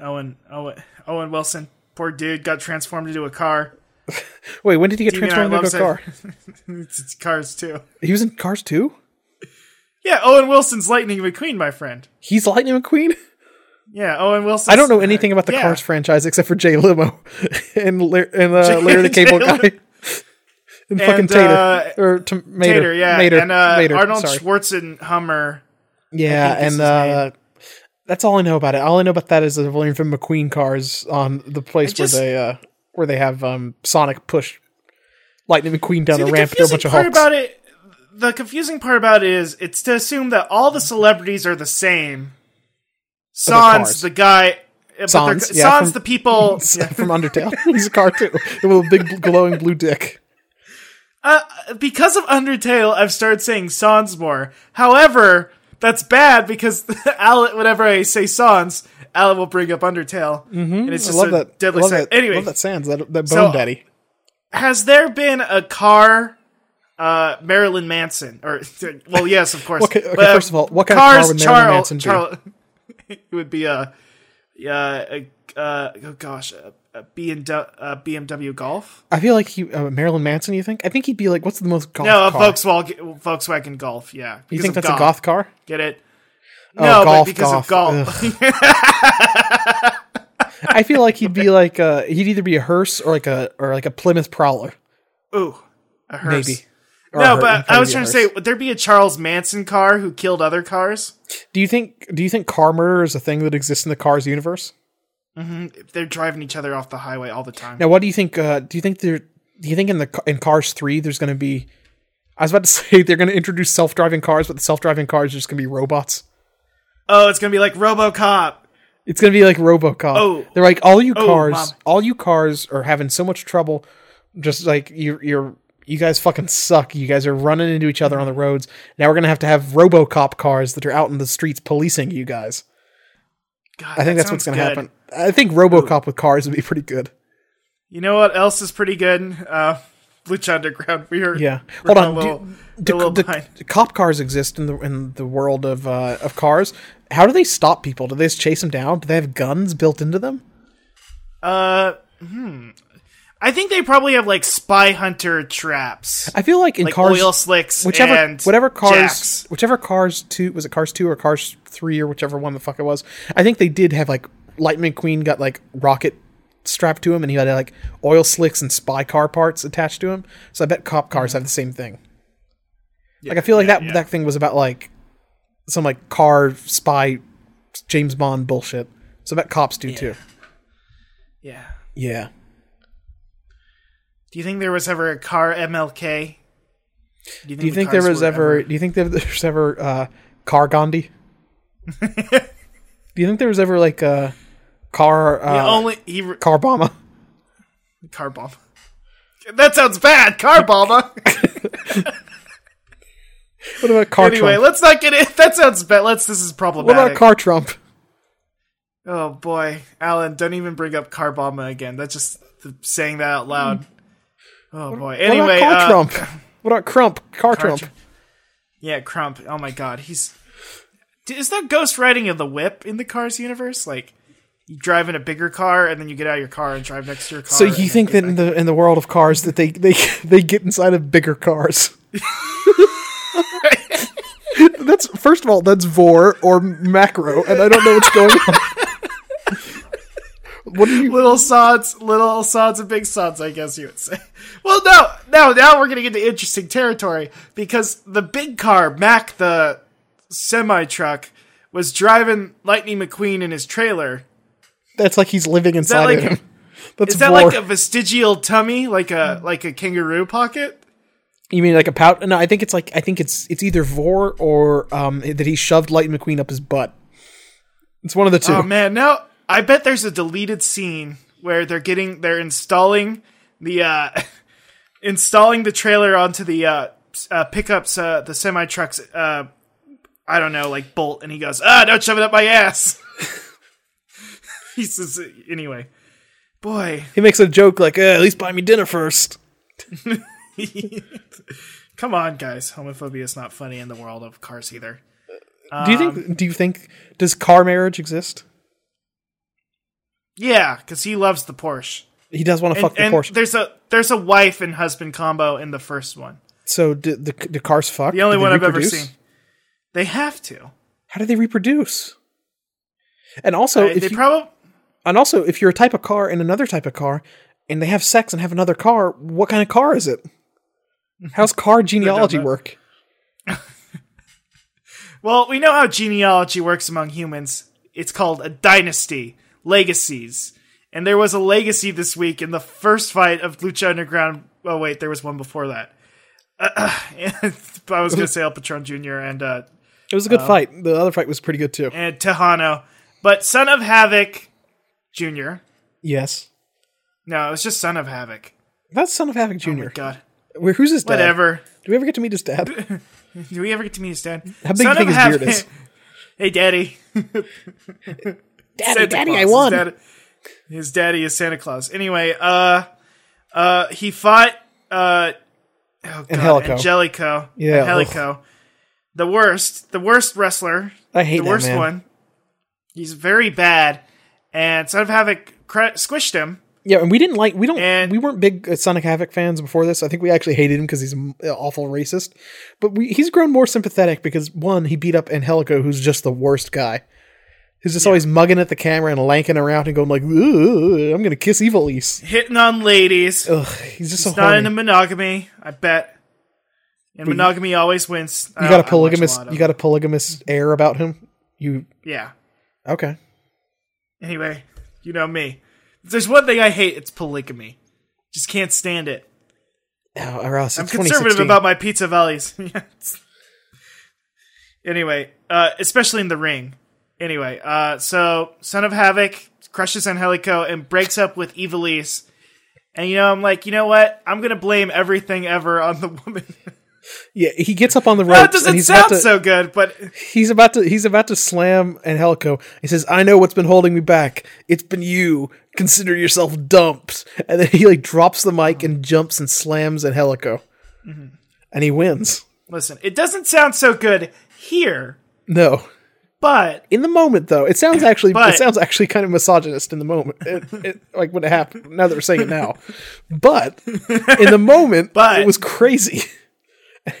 S1: Owen Owen Owen Wilson, poor dude, got transformed into a car. *laughs*
S2: Wait, when did he get
S1: Demon
S2: transformed
S1: I
S2: into a car?
S1: loves It's, it's cars too.
S2: He was in Cars 2?
S1: Yeah, Owen Wilson's Lightning McQueen, my friend.
S2: He's Lightning McQueen?
S1: Yeah, Owen Wilson.
S2: I don't know anything about the
S1: yeah.
S2: Cars franchise except for Jay Limo *laughs* and, Lar- and uh, Larry the
S1: Jay
S2: Cable
S1: Limo.
S2: Guy. *laughs* And, fucking Tater.
S1: uh,
S2: or t- Mater.
S1: Tater, yeah,
S2: Mater.
S1: and uh,
S2: Mater,
S1: Arnold
S2: sorry.
S1: Schwarzen Hummer.
S2: Yeah,
S1: think is
S2: and uh, that's all I know about it. All I know about that is the William Finn McQueen cars on the place
S1: just-
S2: where they uh, where they have um, Sonic push Lightning McQueen down
S1: See,
S2: the,
S1: the
S2: ramp to a
S1: confusing
S2: bunch of
S1: part
S2: hulks.
S1: about it, the confusing part about it is, it's to assume that all the celebrities are the same. Sans
S2: cars.
S1: the guy, uh, but they're-
S2: Sans, yeah,
S1: Sans
S2: from-
S1: the people.
S2: *laughs*
S1: *laughs* yeah.
S2: from Undertale, he's a car too with a big bl- glowing blue dick.
S1: Uh, because of Undertale, I've started saying Sans more. However, that's bad because *laughs* Alan, whenever I say Sans, Alan will bring up Undertale, and it's
S2: Mm-hmm. I
S1: just
S2: love
S1: a
S2: that.
S1: deadly
S2: love
S1: sin.
S2: that.
S1: Anyway,
S2: love that Sans that, that bone
S1: So-
S2: daddy.
S1: has there been a car uh Marilyn Manson or *laughs* well yes of course
S2: Okay, okay,
S1: But, uh, *laughs*
S2: first of all, what kind of car would Marilyn Manson do?
S1: Charles- it would be a uh, uh, oh gosh, a, a BMW, a BMW Golf.
S2: I feel like he uh, Marilyn Manson. You think? I think he'd be like, "What's the most golf?"
S1: No, a
S2: car?
S1: Volkswagen, Volkswagen Golf. Yeah,
S2: You
S1: because
S2: think
S1: of
S2: that's a goth car?
S1: Get it?
S2: Oh,
S1: no,
S2: golf,
S1: but because of
S2: golf.
S1: golf.
S2: I feel like he'd be like uh he'd either be a hearse or like a or like a Plymouth Prowler,
S1: *laughs* Ooh, a hearse.
S2: maybe. Or a
S1: No,
S2: hearse. He'd
S1: but
S2: probably
S1: I was
S2: be a
S1: trying to
S2: hearse.
S1: say, would there be a Charles Manson car who killed other cars?
S2: do you think do you think car murder is a thing that exists in the Cars universe?
S1: They're driving each other off the highway all the time.
S2: Now, what do you think? Uh, do you think there? Do you think in the ca- in Cars three there's going to be? I was about to *laughs* say they're going to introduce self driving cars, but the self driving cars are just going to be robots.
S1: Oh, it's gonna be like RoboCop.
S2: It's going to be like RoboCop.
S1: Oh.
S2: they're like all you
S1: Oh,
S2: cars,
S1: Mom.
S2: all you cars are having so much trouble. Just like you, you're you guys fucking suck. You guys are running into each other on the roads. Now we're going to have to have RoboCop cars that are out in the streets policing you guys.
S1: God,
S2: I think
S1: that
S2: that's what's
S1: sounds
S2: going to
S1: good.
S2: happen. I think RoboCop with cars would be pretty good.
S1: You know what else is pretty good? Uh, Lucha Underground. We are
S2: Yeah.
S1: we're
S2: Hold on.
S1: A little,
S2: do,
S1: a
S2: do-
S1: little
S2: do-
S1: behind.
S2: do cop cars exist in the in the world of uh, of cars. How do they stop people? Do they just chase them down? Do they have guns built into them?
S1: Uh, hmm. I think they probably have like spy hunter traps,
S2: I feel like in
S1: like
S2: cars,
S1: oil slicks,
S2: whichever
S1: and
S2: whatever cars,
S1: jacks.
S2: whichever cars two was it cars two or cars three or whichever one the fuck it was. I think they did have like Lightning Queen got like rocket strapped to him, and he had like oil slicks and spy car parts attached to him. So I bet cop cars have the same thing. like I feel like that that thing was about like some like car spy James Bond bullshit. So I bet cops do too.
S1: Yeah.
S2: Yeah.
S1: Do you think there was ever a car MLK? Do you think,
S2: Do you
S1: the
S2: think there
S1: cars
S2: was
S1: were
S2: ever, Do you think there *laughs* was ever uh, car Gandhi?
S1: *laughs*
S2: do you think there was ever like a car uh,
S1: The only he re-
S2: car bomber?
S1: car bomb? That sounds bad. Car bomber.
S2: What about
S1: *laughs*
S2: car
S1: anyway,
S2: Trump?
S1: let's not get it. *laughs* That sounds bad. Let's. This is
S2: What
S1: problematic.
S2: about car Trump?
S1: Oh boy, Alan, don't even bring up car bomber again. That's just th- saying that out loud. Oh boy. Anyway,
S2: what about car
S1: uh, *laughs*
S2: Trump? What about Crump?
S1: Car
S2: Car Trump.
S1: Tr- yeah, Crump. Oh my god, he's. D- Is there ghost riding of the whip in the Cars universe? Like, you drive in a bigger car and then you get out of your car and drive next to your car.
S2: so
S1: and then
S2: you think
S1: get
S2: that in the in the world of cars that they they *laughs* they get inside of bigger
S1: *laughs*
S2: cars? *laughs* that's first of all that's vor or macro, and I don't know what's going
S1: *laughs*
S2: on. what do you?
S1: little sods, little sods and big sods, I guess you would say. *laughs* Well, no, no, now we're gonna get to interesting territory because the big car, Mac the semi truck, was driving Lightning McQueen in his trailer.
S2: That's like he's living inside
S1: like
S2: of
S1: a- *laughs*
S2: him. That's
S1: Is that
S2: vor.
S1: like a vestigial tummy, like a like a kangaroo pocket?
S2: you mean like a pout? No, I think it's like I think it's it's either vor or um that he shoved Lightning McQueen up his butt. It's one of the two.
S1: Oh man, now I bet there's a deleted scene where they're getting they're installing the uh *laughs* installing the trailer onto the uh, s- uh pickups uh the semi trucks uh I don't know like bolt and he goes ah don't shove it up my ass. *laughs* he says anyway, boy,
S2: he makes a joke like, eh, "At least buy me dinner first.
S1: come on guys, homophobia is not funny in the world of cars either. Um,
S2: do you think? Do you think? Does car marriage exist?
S1: Yeah, because he loves the Porsche.
S2: He does want to
S1: And,
S2: fuck the
S1: and
S2: Porsche.
S1: there's a there's a wife and husband combo in the first one.
S2: So do the do cars fuck?
S1: The only
S2: Do they
S1: one I've ever
S2: reproduce?
S1: seen. They have to.
S2: How do they reproduce? And also,
S1: they
S2: if you,
S1: probably
S2: and also, if you're a type of car and another type of car, and they have sex and have another car, what kind of car is it?
S1: *laughs*
S2: How's car genealogy
S1: know.
S2: work?
S1: well, we know how genealogy works among humans. It's called a dynasty, legacies, and there was a legacy this week in the first fight of Lucha Underground. Oh wait, there was one before that. Uh, *laughs* I was
S2: *laughs*
S1: going to say El Patron Jr. and uh,
S2: It was a good fight. The other fight was pretty good too.
S1: and Tejano, but Son of Havoc Jr.
S2: Yes,
S1: No, it was just Son of Havoc. Oh
S2: that's Son of Havoc Junior.
S1: God,
S2: Where who's his dad?
S1: whatever.
S2: Do we ever get to meet
S1: *laughs*
S2: his dad?
S1: Do we ever get to meet his dad?
S2: How big do you
S1: Son
S2: think
S1: of
S2: his beard
S1: Havoc-
S2: is?
S1: *laughs* hey, Daddy.
S2: daddy, daddy,
S1: Claus.
S2: I won.
S1: His, dad- his daddy is Santa Claus. Anyway, uh, uh, he fought uh, oh God,
S2: Angelico.
S1: Angelico.
S2: Yeah,
S1: Angelico. The worst, the worst wrestler,
S2: I hate
S1: the
S2: that
S1: worst
S2: man.
S1: one. He's very bad, and Son of Havoc cra- squished him.
S2: Yeah, and we didn't like we don't
S1: And-
S2: we weren't big uh, Sonic Havoc fans before this. I think we actually hated him because he's an awful racist. But we, he's grown more sympathetic because one, he beat up Angelico, who's just the worst guy. He's just always mugging at the camera and lanking around and going like, "Ooh, "I'm gonna kiss Evil East."
S1: Hitting on ladies.
S2: Ugh, he's just so
S1: It's not
S2: horny.
S1: into monogamy, I bet. And monogamy always wins.
S2: you got a polygamous, you got a polygamous air about him. You
S1: yeah.
S2: okay?
S1: Anyway, you know me. If there's one thing I hate, it's polygamy. Just can't stand it.
S2: Oh, or else
S1: I'm
S2: it's
S1: conservative
S2: 2016.
S1: about my pizza valleys. *laughs* Yes. anyway, uh, especially in the ring. Anyway, uh, so Son of Havoc crushes Angelico and breaks up with Evilise. And you know, I'm like, you know what? I'm gonna blame everything ever on the woman. *laughs*
S2: yeah. He gets up on the
S1: that
S2: ropes and
S1: doesn't
S2: he's about
S1: sound
S2: to
S1: so good, but
S2: he's about to he's about to slam Angelico. He says, "I know what's been holding me back. It's been you. Consider yourself dumped." And then he like drops the mic and jumps and slams Angelico,
S1: Mm-hmm.
S2: and he wins.
S1: listen, it doesn't sound so good here.
S2: No,
S1: But
S2: in the moment though, it
S1: *laughs*
S2: sounds actually
S1: But-
S2: it sounds actually kind of misogynist in the moment, it, it, like when it happened. Now that we're saying it now, but in
S1: *laughs*
S2: the moment,
S1: But-
S2: it was crazy. *laughs*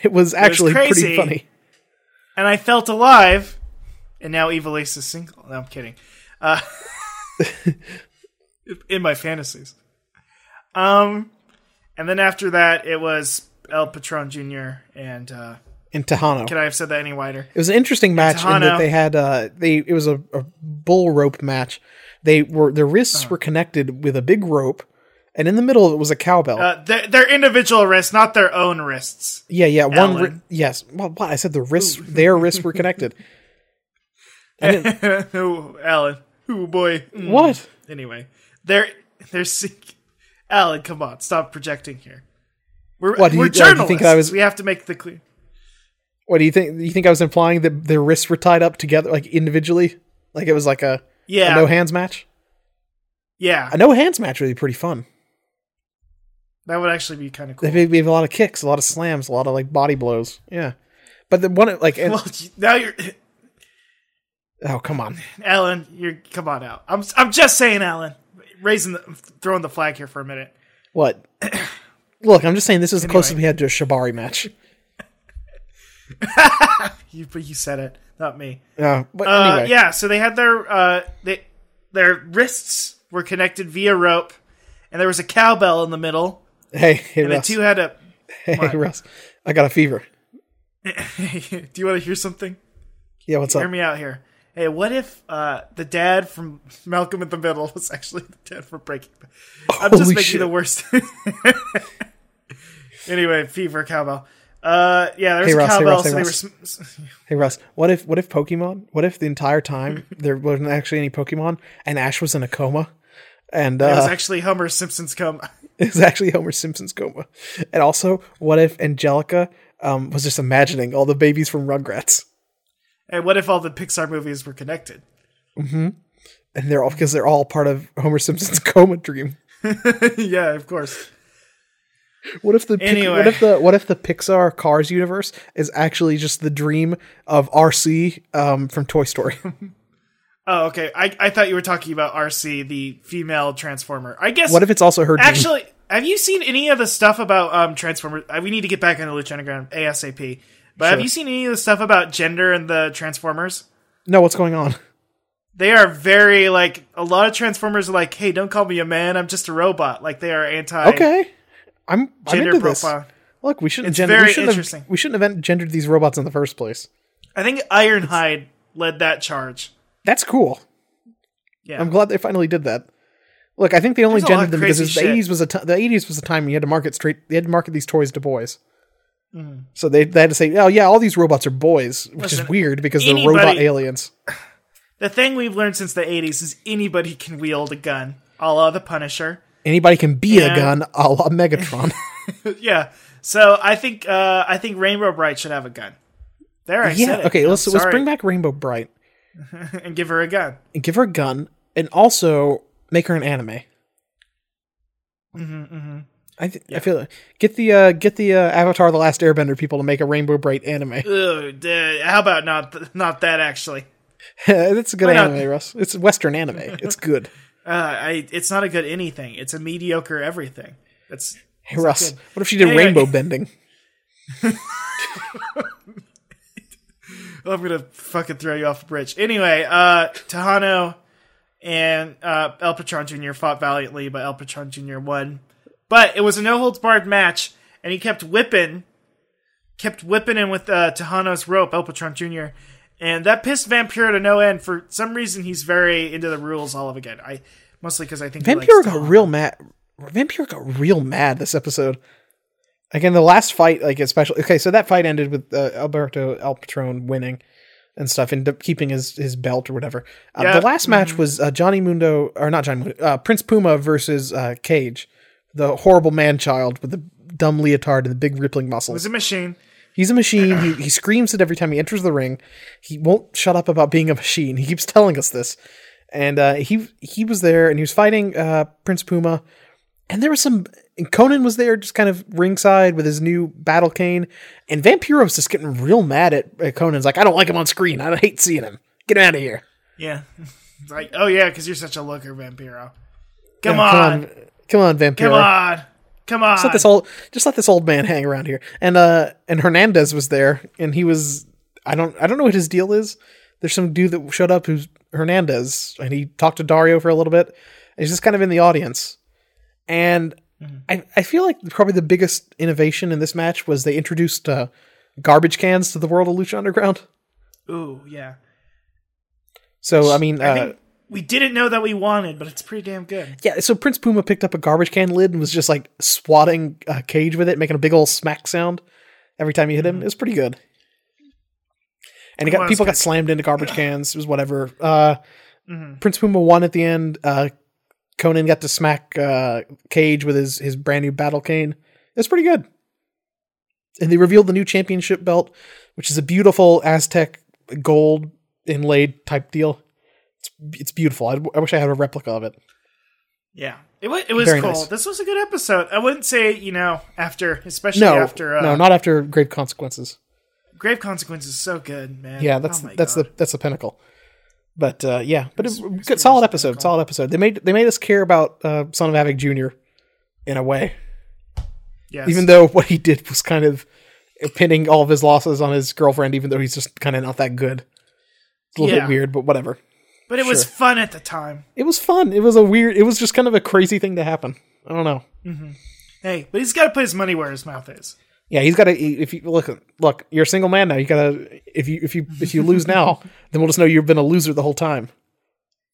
S2: It was actually
S1: crazy.
S2: pretty funny.
S1: and I felt alive, and now Evil Ace is single. No, I'm kidding. Uh, *laughs* in my fantasies. Um, and then after that, it was El Patron Jr. and uh,
S2: In Tejano.
S1: could I have said that any wider?
S2: It was an interesting match in
S1: Tejano.
S2: that they had uh they it was a, a bull rope match. They were their
S1: Uh.
S2: wrists were connected with a big rope, and in the middle of it was a cowbell.
S1: Uh, their, their individual wrists, not their own wrists.
S2: yeah, yeah, one ri-
S1: Ellen.
S2: yes. Well, what I said the wrists their wrists
S1: *laughs*
S2: were connected.
S1: Ooh, Alan. Ooh, boy. Mm.
S2: What?
S1: Anyway, they're they're sink. Alan, come on, stop projecting here. We're
S2: What, do
S1: we're
S2: you- uh, do you think
S1: journalists.
S2: I was-
S1: We have to make the clear.
S2: What do you think? You think I was implying that their wrists were tied up together, like individually, like it was like a, a
S1: Yeah,
S2: no hands match?
S1: yeah.
S2: A no hands match would be pretty fun.
S1: That would actually be kind of
S2: *laughs*
S1: cool.
S2: They would be a lot of kicks, a lot of slams, a lot of like body blows. Yeah, but the one like and-
S1: well, you- now you're *laughs*
S2: oh come on.
S1: Alan. You're come on out. I'm I'm just saying, Alan, raising the throwing the flag here for a minute.
S2: What? *clears throat* Look, I'm just saying this is the closest
S1: Anyway.
S2: we had to a Shibari match.
S1: You but you said it, not me.
S2: Yeah, but
S1: Uh,
S2: anyway,
S1: Yeah. So they had their uh they their wrists were connected via rope, and there was a cowbell in the middle,
S2: hey, hey
S1: and the
S2: Russ,
S1: two had a.
S2: *laughs*
S1: *laughs*
S2: hey
S1: what?
S2: Russ, I got a fever.
S1: Do you want to hear something?
S2: Yeah, what's up?
S1: Hear me out here. Hey, what if uh, the dad from Malcolm in the Middle was actually the dad from Breaking Bad? I'm just
S2: Holy
S1: making
S2: shit.
S1: the worst. *laughs* anyway, fever cowbell. Uh, yeah, there was
S2: Hey,
S1: a
S2: Russ, hey,
S1: cowbell.
S2: Russ, hey,
S1: so they were.
S2: Russ.
S1: Sm- s- *laughs*
S2: Hey Russ, what if what if Pokemon? What if the entire time there wasn't actually any Pokemon and Ash was in a coma, and uh,
S1: it was actually Homer Simpson's come.
S2: *laughs* it was actually Homer Simpson's coma, and also what if Angelica um, was just imagining all the babies from Rugrats,
S1: And what if all the Pixar movies were connected? *laughs*
S2: and they're all because they're all part of Homer Simpson's *laughs* coma dream.
S1: yeah, of course.
S2: What if the Pic-
S1: Anyway.
S2: what if the what if the Pixar Cars universe is actually just the dream of RC um, from
S1: *laughs*
S2: Toy Story?
S1: Oh, okay. I, I thought you were talking about RC, the female Transformer. I guess.
S2: what if it's also her dream?
S1: Actually, have you seen any of the stuff about um, Transformers? uh, We need to get back into Lucha Underground ASAP. But have
S2: Sure.
S1: you seen any of the stuff about gender and the Transformers?
S2: no, what's going on?
S1: They are very like a lot of Transformers are like, "Hey, don't call me a man. I'm just a robot." Like they are anti
S2: Okay, I'm I'm
S1: gender
S2: into
S1: profile.
S2: this. Look, we shouldn't
S1: It's
S2: gender.
S1: very
S2: we shouldn't
S1: interesting.
S2: Have, we shouldn't have gendered these robots in the first place.
S1: I think Ironhide led that charge.
S2: That's cool.
S1: Yeah,
S2: I'm glad they finally did that. Look, I think they only
S1: There's a lot
S2: gendered
S1: of
S2: them because
S1: crazy
S2: it's-
S1: shit.
S2: the 80s was a t- the 80s was a time you had to market straight. They had to market these toys to boys. So they, they had to say, oh yeah, all these robots are boys, which
S1: Mm. Listen,
S2: is weird because they're robot
S1: anybody-
S2: aliens.
S1: the thing we've learned since the '80s is anybody can wield a gun, a la the Punisher.
S2: Anybody can be
S1: Yeah.
S2: a gun, a la Megatron.
S1: yeah. So I think uh, I think Rainbow Bright should have a gun. There, *laughs* I said
S2: yeah.
S1: it.
S2: Okay.
S1: I'm
S2: Let's let's
S1: sorry.
S2: bring back Rainbow Bright
S1: *laughs* and give her a gun.
S2: and give her a gun, and also make her an anime. Mm-hmm,
S1: Mm-hmm,
S2: I th- I feel get the uh, get the uh, Avatar: The Last Airbender people to make a Rainbow Bright anime. *laughs*
S1: Ugh, duh, how about not th- not that actually?
S2: it's a good
S1: Why not?
S2: anime, Russ. It's Western anime.
S1: *laughs*
S2: It's good.
S1: Uh, I, it's not a good anything. It's a mediocre everything. That's
S2: Hey, Russ,
S1: good.
S2: what if she did
S1: Anyway.
S2: rainbow bending?
S1: I'm gonna fucking throw you off a bridge. Anyway, uh, Tejano and uh, El Patron Jr. fought valiantly, but El Patron Jr. won. But it was a no holds barred match, and he kept whipping, kept whipping him with uh, Tejano's rope, El Patron Jr. And that pissed Vampiro to no end. For some reason, he's very into the rules all of again. I mostly because I think he likes
S2: Vampiro got
S1: Tejano.
S2: real mad. Vampiro got real mad this episode. Again, the last fight, like especially okay, so that fight ended with uh, Alberto El Patron winning and stuff, and de- keeping his his belt or whatever. Uh,
S1: Yeah. mm-hmm.
S2: The last match was uh, Johnny Mundo, or not Johnny Mundo, uh, Prince Puma versus uh, Cage, the horrible man child with the dumb leotard and the big rippling muscles.
S1: was a machine.
S2: He's a machine. He, he screams it every time he enters the ring. He won't shut up about being a machine. He keeps telling us this. And uh, he he was there and he was fighting uh, Prince Puma. And there was some. And Conan was there just kind of ringside with his new battle cane. And Vampiro's just getting real mad at, at Conan's like, I don't like him on screen. I hate seeing him. Get him out of here.
S1: Yeah, *laughs* It's like oh yeah, because you're such a looker, Vampiro. Come
S2: Yeah,
S1: on,
S2: Come on, come on Vampiro.
S1: come on, come on.
S2: Just let this old just let this old man hang around here. And uh and Hernandez was there and he was I don't I don't know what his deal is. There's some dude that showed up who's Hernandez and he talked to Dario for a little bit. And he's just kind of in the audience. And
S1: Mm-hmm.
S2: I, I feel like probably the biggest innovation in this match was they introduced uh, garbage cans to the world of Lucha Underground.
S1: Ooh yeah.
S2: So I mean, uh,
S1: I think we didn't know that we wanted, but it's pretty damn good.
S2: yeah. So Prince Puma picked up a garbage can lid and was just like swatting a cage with it, making a big old smack sound every time you hit him. It was pretty good. And he
S1: Well,
S2: got
S1: it's
S2: people got
S1: good.
S2: slammed into garbage cans. It was whatever. Uh,
S1: Mhm.
S2: Prince Puma won at the end. Uh, Conan got to smack uh, Cage with his his brand new battle cane. It was pretty good. And they revealed the new championship belt, which is a beautiful Aztec gold inlaid type deal. It's it's beautiful. I, I wish I had a replica of it.
S1: Yeah, it was it was
S2: Very
S1: cool.
S2: nice.
S1: This was a good episode. I wouldn't say you know after, especially
S2: no,
S1: after uh,
S2: no, not after grave consequences.
S1: grave consequences. is So good, man.
S2: Yeah, that's
S1: Oh my
S2: that's
S1: God.
S2: the that's the pinnacle. But uh, yeah, but it,
S1: It's- it's
S2: good,
S1: the
S2: solid
S1: most
S2: episode,
S1: pinnacle.
S2: solid episode. They made they made us care about uh, Son of Havoc Junior in a way,
S1: yes.
S2: even though what he did was kind of pinning all of his losses on his girlfriend, even though he's just kind of not that good. It's a little
S1: Yeah.
S2: bit weird, but whatever.
S1: but it was
S2: sure.
S1: fun at the time.
S2: It was fun. It was a weird. It was just kind of a crazy thing to happen. I don't know.
S1: Hey, but he's got to put his money where his mouth is.
S2: Yeah, he's got to. If you look, look, you're a single man now. You gotta. If you if you if you lose now, then we'll just know you've been a loser the whole time.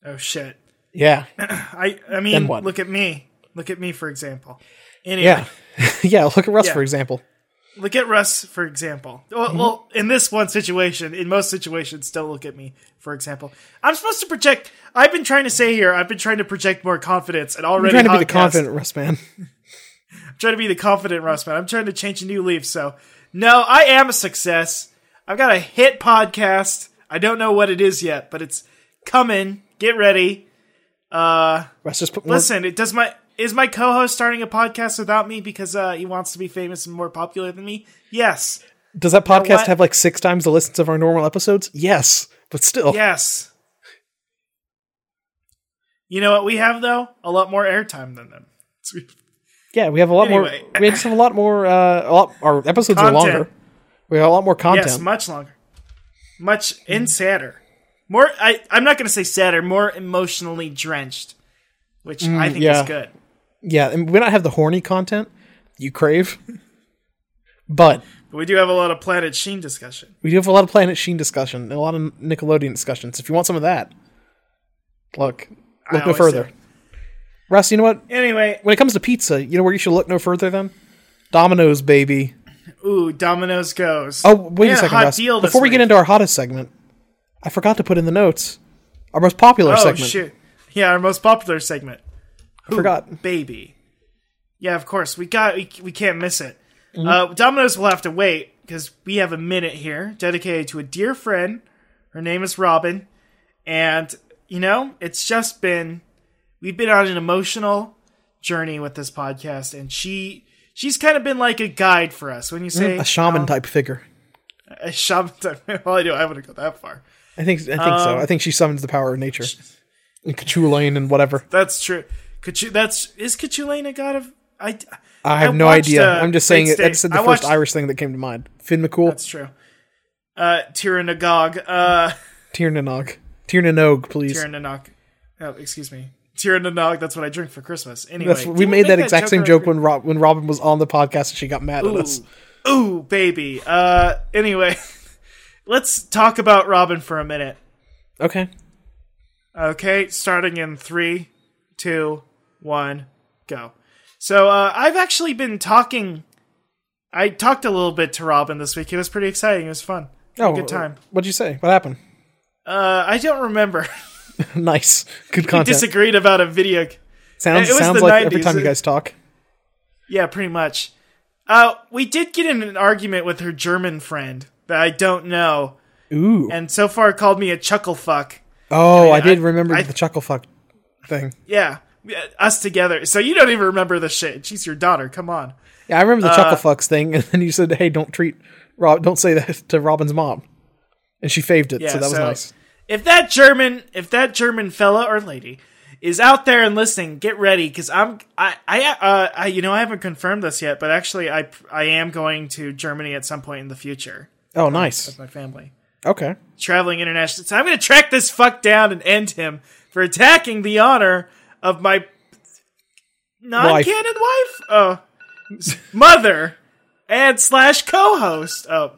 S1: Oh shit!
S2: Yeah,
S1: I I mean,
S2: Then what?
S1: look at me. Look at me, for example. Anyway,
S2: yeah, *laughs* yeah. Look at Russ
S1: Yeah.
S2: for example.
S1: look at Russ, for example.
S2: Mm-hmm.
S1: Well, well, in this one situation, in most situations, don't look at me, for example. I'm supposed to project. I've been trying to say here. I've been trying to project more confidence, and
S2: I'm
S1: already
S2: trying to be the
S1: podcast-
S2: confident Russ man.
S1: trying to be the confident Russ man. I'm trying to change a new leaf. So, no, I am a success. I've got a hit podcast. I don't know what it is yet, but it's coming. Get ready.
S2: Russ just put more.
S1: Listen, it does my is my co-host starting a podcast without me because uh, he wants to be famous and more popular than me? Yes,
S2: does that podcast
S1: what?
S2: have like six times the listens of our normal episodes? Yes, but still,
S1: yes. You know what we have though? A lot more airtime than
S2: *laughs*
S1: them. So we-
S2: yeah, we have a lot
S1: Anyway.
S2: more. We just have a lot more. Uh, a lot. Our episodes are
S1: Content.
S2: longer. We have a lot more content.
S1: Yes, much longer, much and sadder. More, I, I'm not going to say sadder. More emotionally drenched, which I think
S2: Mm, yeah.
S1: is good.
S2: yeah, and we don't have the horny content you crave, *laughs* but
S1: But we do have a lot of Planet Sheen discussion.
S2: We do have a lot of Planet Sheen discussion, and a lot of Nickelodeon discussions. If you want some of that, look, look no
S1: always
S2: further.
S1: do.
S2: Russ, you know what?
S1: Anyway,
S2: When it comes to pizza, you know where you should look no further than Domino's, baby.
S1: ooh, Domino's goes.
S2: Oh, wait
S1: Man,
S2: a second,
S1: hot
S2: Russ.
S1: deal this
S2: Before we get
S1: week.
S2: into our hottest segment, I forgot to put in the notes our most popular
S1: oh
S2: segment.
S1: shoot, yeah, our most popular segment.
S2: I forgot.
S1: baby. Yeah, of course. We got we, we can't miss it. Uh, Domino's will have to wait because we have a minute here dedicated to a dear friend. Her name is Robin, and you know it's just been we've been on an emotional journey with this podcast, and she she's kind of been like a guide *laughs* for us. When you say
S2: A shaman type figure.
S1: *laughs* a shaman, well, I do I wouldn't go that far.
S2: I think I think so.
S1: Um,
S2: I think she summons the power of nature. And Cthulhu and whatever.
S1: That's true. Kachu, that's is Cachulain a god of? I
S2: I have
S1: I
S2: no
S1: watched,
S2: idea.
S1: uh,
S2: I'm just saying
S1: Fate
S2: it. That's the
S1: Stay- I
S2: first
S1: watched-
S2: Irish thing that came to mind. Finn McCool,
S1: that's true. Uh, Tirananog.
S2: *laughs*
S1: Uh,
S2: Tiernanog. Tiernanog, please.
S1: Tirananog. Oh, excuse me. Tirananog. That's what I drink for Christmas. Anyway,
S2: That's we
S1: did
S2: made
S1: make
S2: that, exact same
S1: already?
S2: joke when Rob, when Robin was on the podcast and she got mad at us.
S1: Ooh, ooh, baby. Uh, anyway, *laughs* let's talk about Robin for a minute.
S2: Okay.
S1: Okay, starting in three, two, one, go. So uh, I've actually been talking. I talked a little bit to Robin this week. It was pretty exciting. It was fun. Had a good time.
S2: Oh, What'd you say? What happened?
S1: Uh, I don't remember. *laughs*
S2: *laughs* nice. Good content.
S1: Disagreed about a video. g-
S2: sounds
S1: it was
S2: sounds
S1: the
S2: like every
S1: 90s.
S2: time you guys talk.
S1: Yeah, pretty much. Uh, we did get in an argument with her German friend that I don't know,
S2: Ooh.
S1: and so far called me a chuckle fuck.
S2: oh, I, did
S1: I-
S2: remember
S1: I-
S2: the chuckle fuck thing.
S1: Yeah, we- uh, us together. So you don't even remember the shit. She's your daughter. Come on.
S2: Yeah, I remember
S1: Uh,
S2: the chuckle fucks thing, *laughs* and then you said, "Hey, don't treat Rob, don't say that to Robin's mom," and she faved it,
S1: Yeah,
S2: so that was
S1: so-
S2: nice.
S1: If that German, if that German fella or lady is out there and listening, get ready because I'm, I, I, uh, I, you know, I haven't confirmed this yet, but actually, I, I am going to Germany at some point in the future.
S2: Oh, nice.
S1: My family
S2: Okay.
S1: traveling international, so I'm going to track this fuck down and end him for attacking the honor of my non-canon wife, oh, *laughs* mother, and slash co-host. Oh,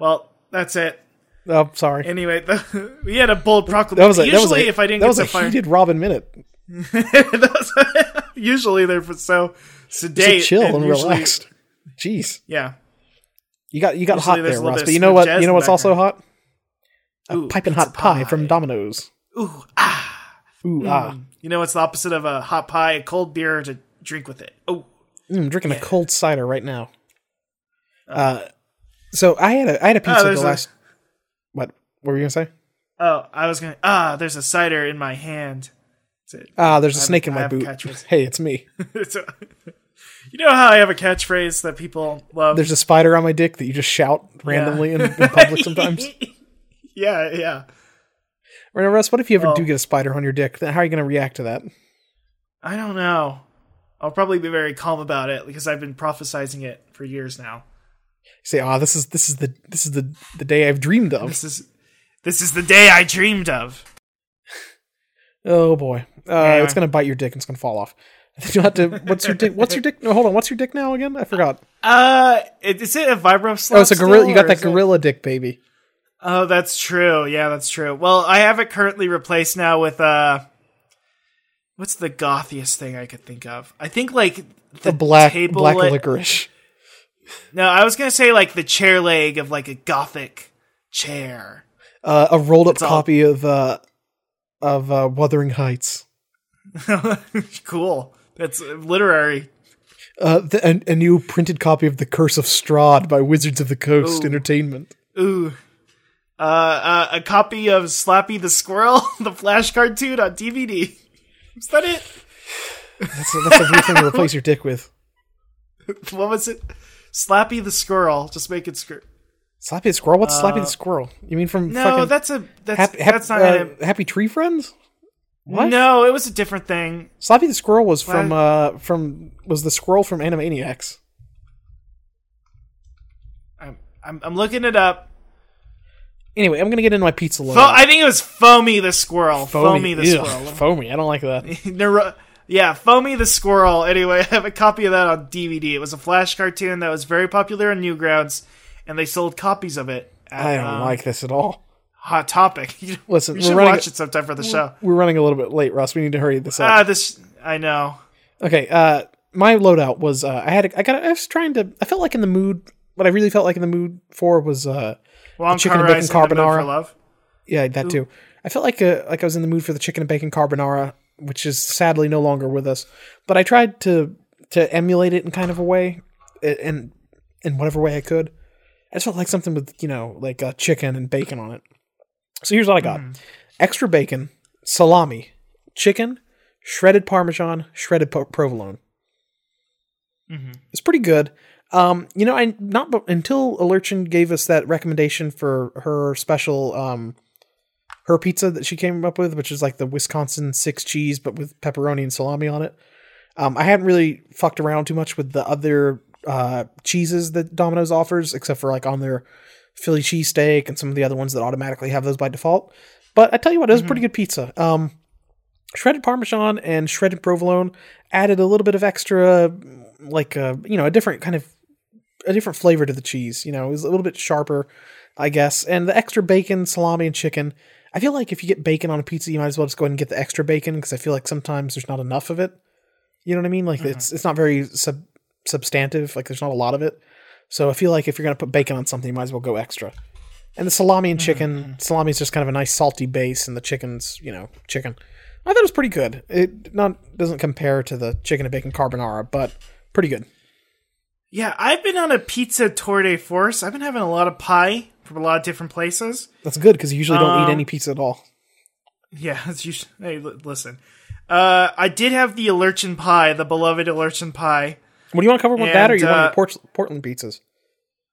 S1: well, that's it.
S2: Oh, sorry.
S1: Anyway, the, *laughs* we had a bold
S2: that
S1: proclamation.
S2: was a,
S1: Usually,
S2: that was a,
S1: if I didn't
S2: that
S1: get
S2: was
S1: so
S2: a
S1: far,
S2: heated Robin minute.
S1: *laughs* that was- *laughs* usually they're so
S2: So
S1: sedate,
S2: chill and,
S1: usually-
S2: relaxed. Jeez,
S1: Yeah,
S2: you got you got
S1: Usually
S2: hot
S1: there's
S2: there,
S1: a little
S2: Ross.
S1: bit
S2: But you
S1: of
S2: know
S1: smooth
S2: what?
S1: jazz
S2: You
S1: in
S2: know
S1: the
S2: what's also hot? A
S1: Ooh,
S2: piping
S1: pizza
S2: hot pie.
S1: pie.
S2: from Domino's.
S1: ooh ah,
S2: Ooh ah!
S1: you know it's the opposite of a hot pie, a cold beer to drink with it. Oh,
S2: Mm, I'm drinking a cold cider right now. Uh, so I had a I had a pizza
S1: Oh. there's
S2: the
S1: a-
S2: last. What? What were you gonna say?
S1: oh, I was gonna ah, there's a cider in my hand. *laughs* That's it.
S2: Ah, there's a snake in
S1: I
S2: my
S1: have
S2: boot.
S1: catchphrases.
S2: *laughs* Hey, it's me.
S1: It's a- you know how I have a catchphrase that people love.
S2: There's a spider on my dick that you just shout randomly
S1: *laughs*
S2: in, in *laughs* public sometimes.
S1: yeah, yeah.
S2: Or Russ, what if you ever
S1: Oh.
S2: do get a spider on your dick? Then how are you gonna react to that?
S1: I don't know. I'll probably be very calm about it because I've been prophesizing it for years now.
S2: say, "Ah, this is this is the this is the the day I've dreamed of."
S1: This is this is the day I dreamed of.
S2: Oh boy, uh,
S1: Yeah.
S2: it's gonna bite your dick and it's gonna fall off. *laughs* You have to. What's your dick? What's your dick? No, hold on. What's your dick now again? I forgot.
S1: Uh, it- is it a vibro slap?
S2: Oh, it's a gorilla.
S1: still,
S2: You
S1: or
S2: got that
S1: is it-
S2: gorilla dick, baby.
S1: Oh, that's true. Yeah, that's true. Well, I have it currently replaced now with uh, what's the gothiest thing I could think of? I think like the
S2: The black
S1: table
S2: black
S1: leg-
S2: licorice.
S1: No, I was gonna say like the chair leg of like a gothic chair. *laughs*
S2: Uh, a rolled up
S1: all-
S2: copy of uh of uh, Wuthering Heights.
S1: cool. That's literary.
S2: Uh, the, a, a new printed copy of The Curse of Strahd by Wizards of the Coast Entertainment.
S1: Ooh. Uh, uh, a copy of Slappy the Squirrel, *laughs* the Flash cartoon on DVD. Is that it?
S2: That's a, that's a weird thing to replace your dick with.
S1: What was it? Slappy the Squirrel. Just make it squir-
S2: Slappy the squirrel. What's Slappy the squirrel? You mean from
S1: Uh, No,
S2: fucking
S1: that's a that's
S2: Happy, hap-
S1: that's not
S2: uh,
S1: it.
S2: Happy Tree Friends. What?
S1: No, it was a different thing.
S2: Slappy the Squirrel was from uh from was the squirrel from Animaniacs.
S1: I'm I'm, I'm looking it up.
S2: Anyway, I'm gonna get into my pizza load.
S1: Fo- I think it was Foamy the Squirrel. Foamy, the
S2: Ugh,
S1: Squirrel. *laughs*
S2: foamy. I don't like that.
S1: Neuro- yeah, Foamy the Squirrel. Anyway, *laughs* I have a copy of that on DVD. It was a Flash cartoon that was very popular on Newgrounds, and they sold copies of it. At,
S2: I don't
S1: um,
S2: like this at all.
S1: Hot Topic. *laughs* You
S2: Listen,
S1: you
S2: we're
S1: should
S2: running- Mm.
S1: watch it sometime for the show.
S2: We're running a little bit late, Russ. We need to hurry this up.
S1: Ah, this I know.
S2: okay. Uh, my loadout was uh, I had a, I got a, I was trying to I felt like in the mood. What I really felt like in the mood for was uh
S1: Well, I'm
S2: chicken
S1: chicken
S2: and
S1: rice
S2: bacon
S1: and carbonara.
S2: carbonara.
S1: For love.
S2: yeah that too. I felt like uh like I was in the mood for the chicken and bacon carbonara, which is sadly no longer with us. But I tried to to emulate it in kind of a way, a- and in whatever way I could. I just felt like something with you know like uh, chicken and bacon on it. So here's what I got: extra bacon, salami, chicken, shredded parmesan, shredded po- provolone. It's pretty good. Um, you know, I not bu- until Alerchin gave us that recommendation for her special um, her pizza that she came up with, which is like the Wisconsin six cheese but with pepperoni and salami on it. Um, I hadn't really fucked around too much with the other uh, cheeses that Domino's offers, except for like on their Philly cheesesteak and some of the other ones that automatically have those by default. But I tell you what, it was a pretty good pizza. Um, shredded parmesan and shredded provolone added a little bit of extra, like a you know a different kind of a different flavor to the cheese. You know, it was a little bit sharper, I guess. And the extra bacon, salami, and chicken. I feel like if you get bacon on a pizza, you might as well just go ahead and get the extra bacon because I feel like sometimes there's not enough of it. You know what I mean? Like it's it's not very sub- substantive. Like there's not a lot of it. So I feel like if you're gonna put bacon on something, you might as well go extra. And the salami and chicken, salami is just kind of a nice salty base, and the chicken's you know chicken. I thought it was pretty good. It not doesn't compare to the chicken and bacon carbonara, but pretty good.
S1: Yeah, I've been on a pizza tour de force. I've been having a lot of pie from a lot of different places.
S2: That's good because you usually
S1: Um,
S2: don't eat any pizza at all.
S1: Yeah, *laughs* it's usually, hey, l- listen. Uh, I did have the Alerchin pie, the beloved Alerchin pie.
S2: What do you want to cover with that, or
S1: and,
S2: you want
S1: uh,
S2: your Port- Portland pizzas?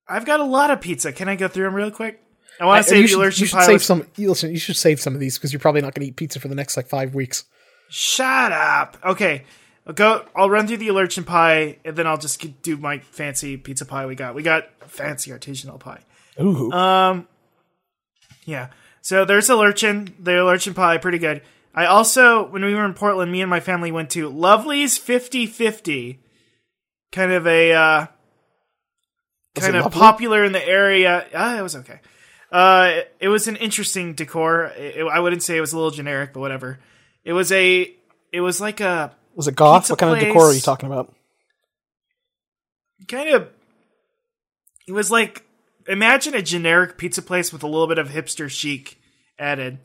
S1: I've got a lot of pizza. Can I go through them real quick? I want to say
S2: you
S1: the
S2: should, you
S1: Alerchin
S2: should
S1: pie.
S2: save
S1: Was,
S2: some. You listen, you should save some of these because you're probably not going to eat pizza for the next like five weeks.
S1: shut up. Okay, I'll go. I'll run through the Alerchin pie, and then I'll just get- do my fancy pizza pie. We got we got fancy artisanal pie.
S2: Ooh,
S1: Uh, Yeah. So there's a lurchin, the lurchin pie, pretty good. I also, when we were in Portland, me and my family went to Lovely's 50 50. Kind of a, uh,
S2: Was it
S1: kind of
S2: lovely?
S1: popular in the area. Ah, it was okay. Uh, it, it was an interesting decor. It- it- I wouldn't say it was a little generic, but whatever. It was a, it was like a
S2: was it goth?
S1: pizza
S2: What kind of decor are you
S1: place.
S2: talking about?
S1: kind of, it was like, imagine a generic pizza place with a little bit of hipster chic added.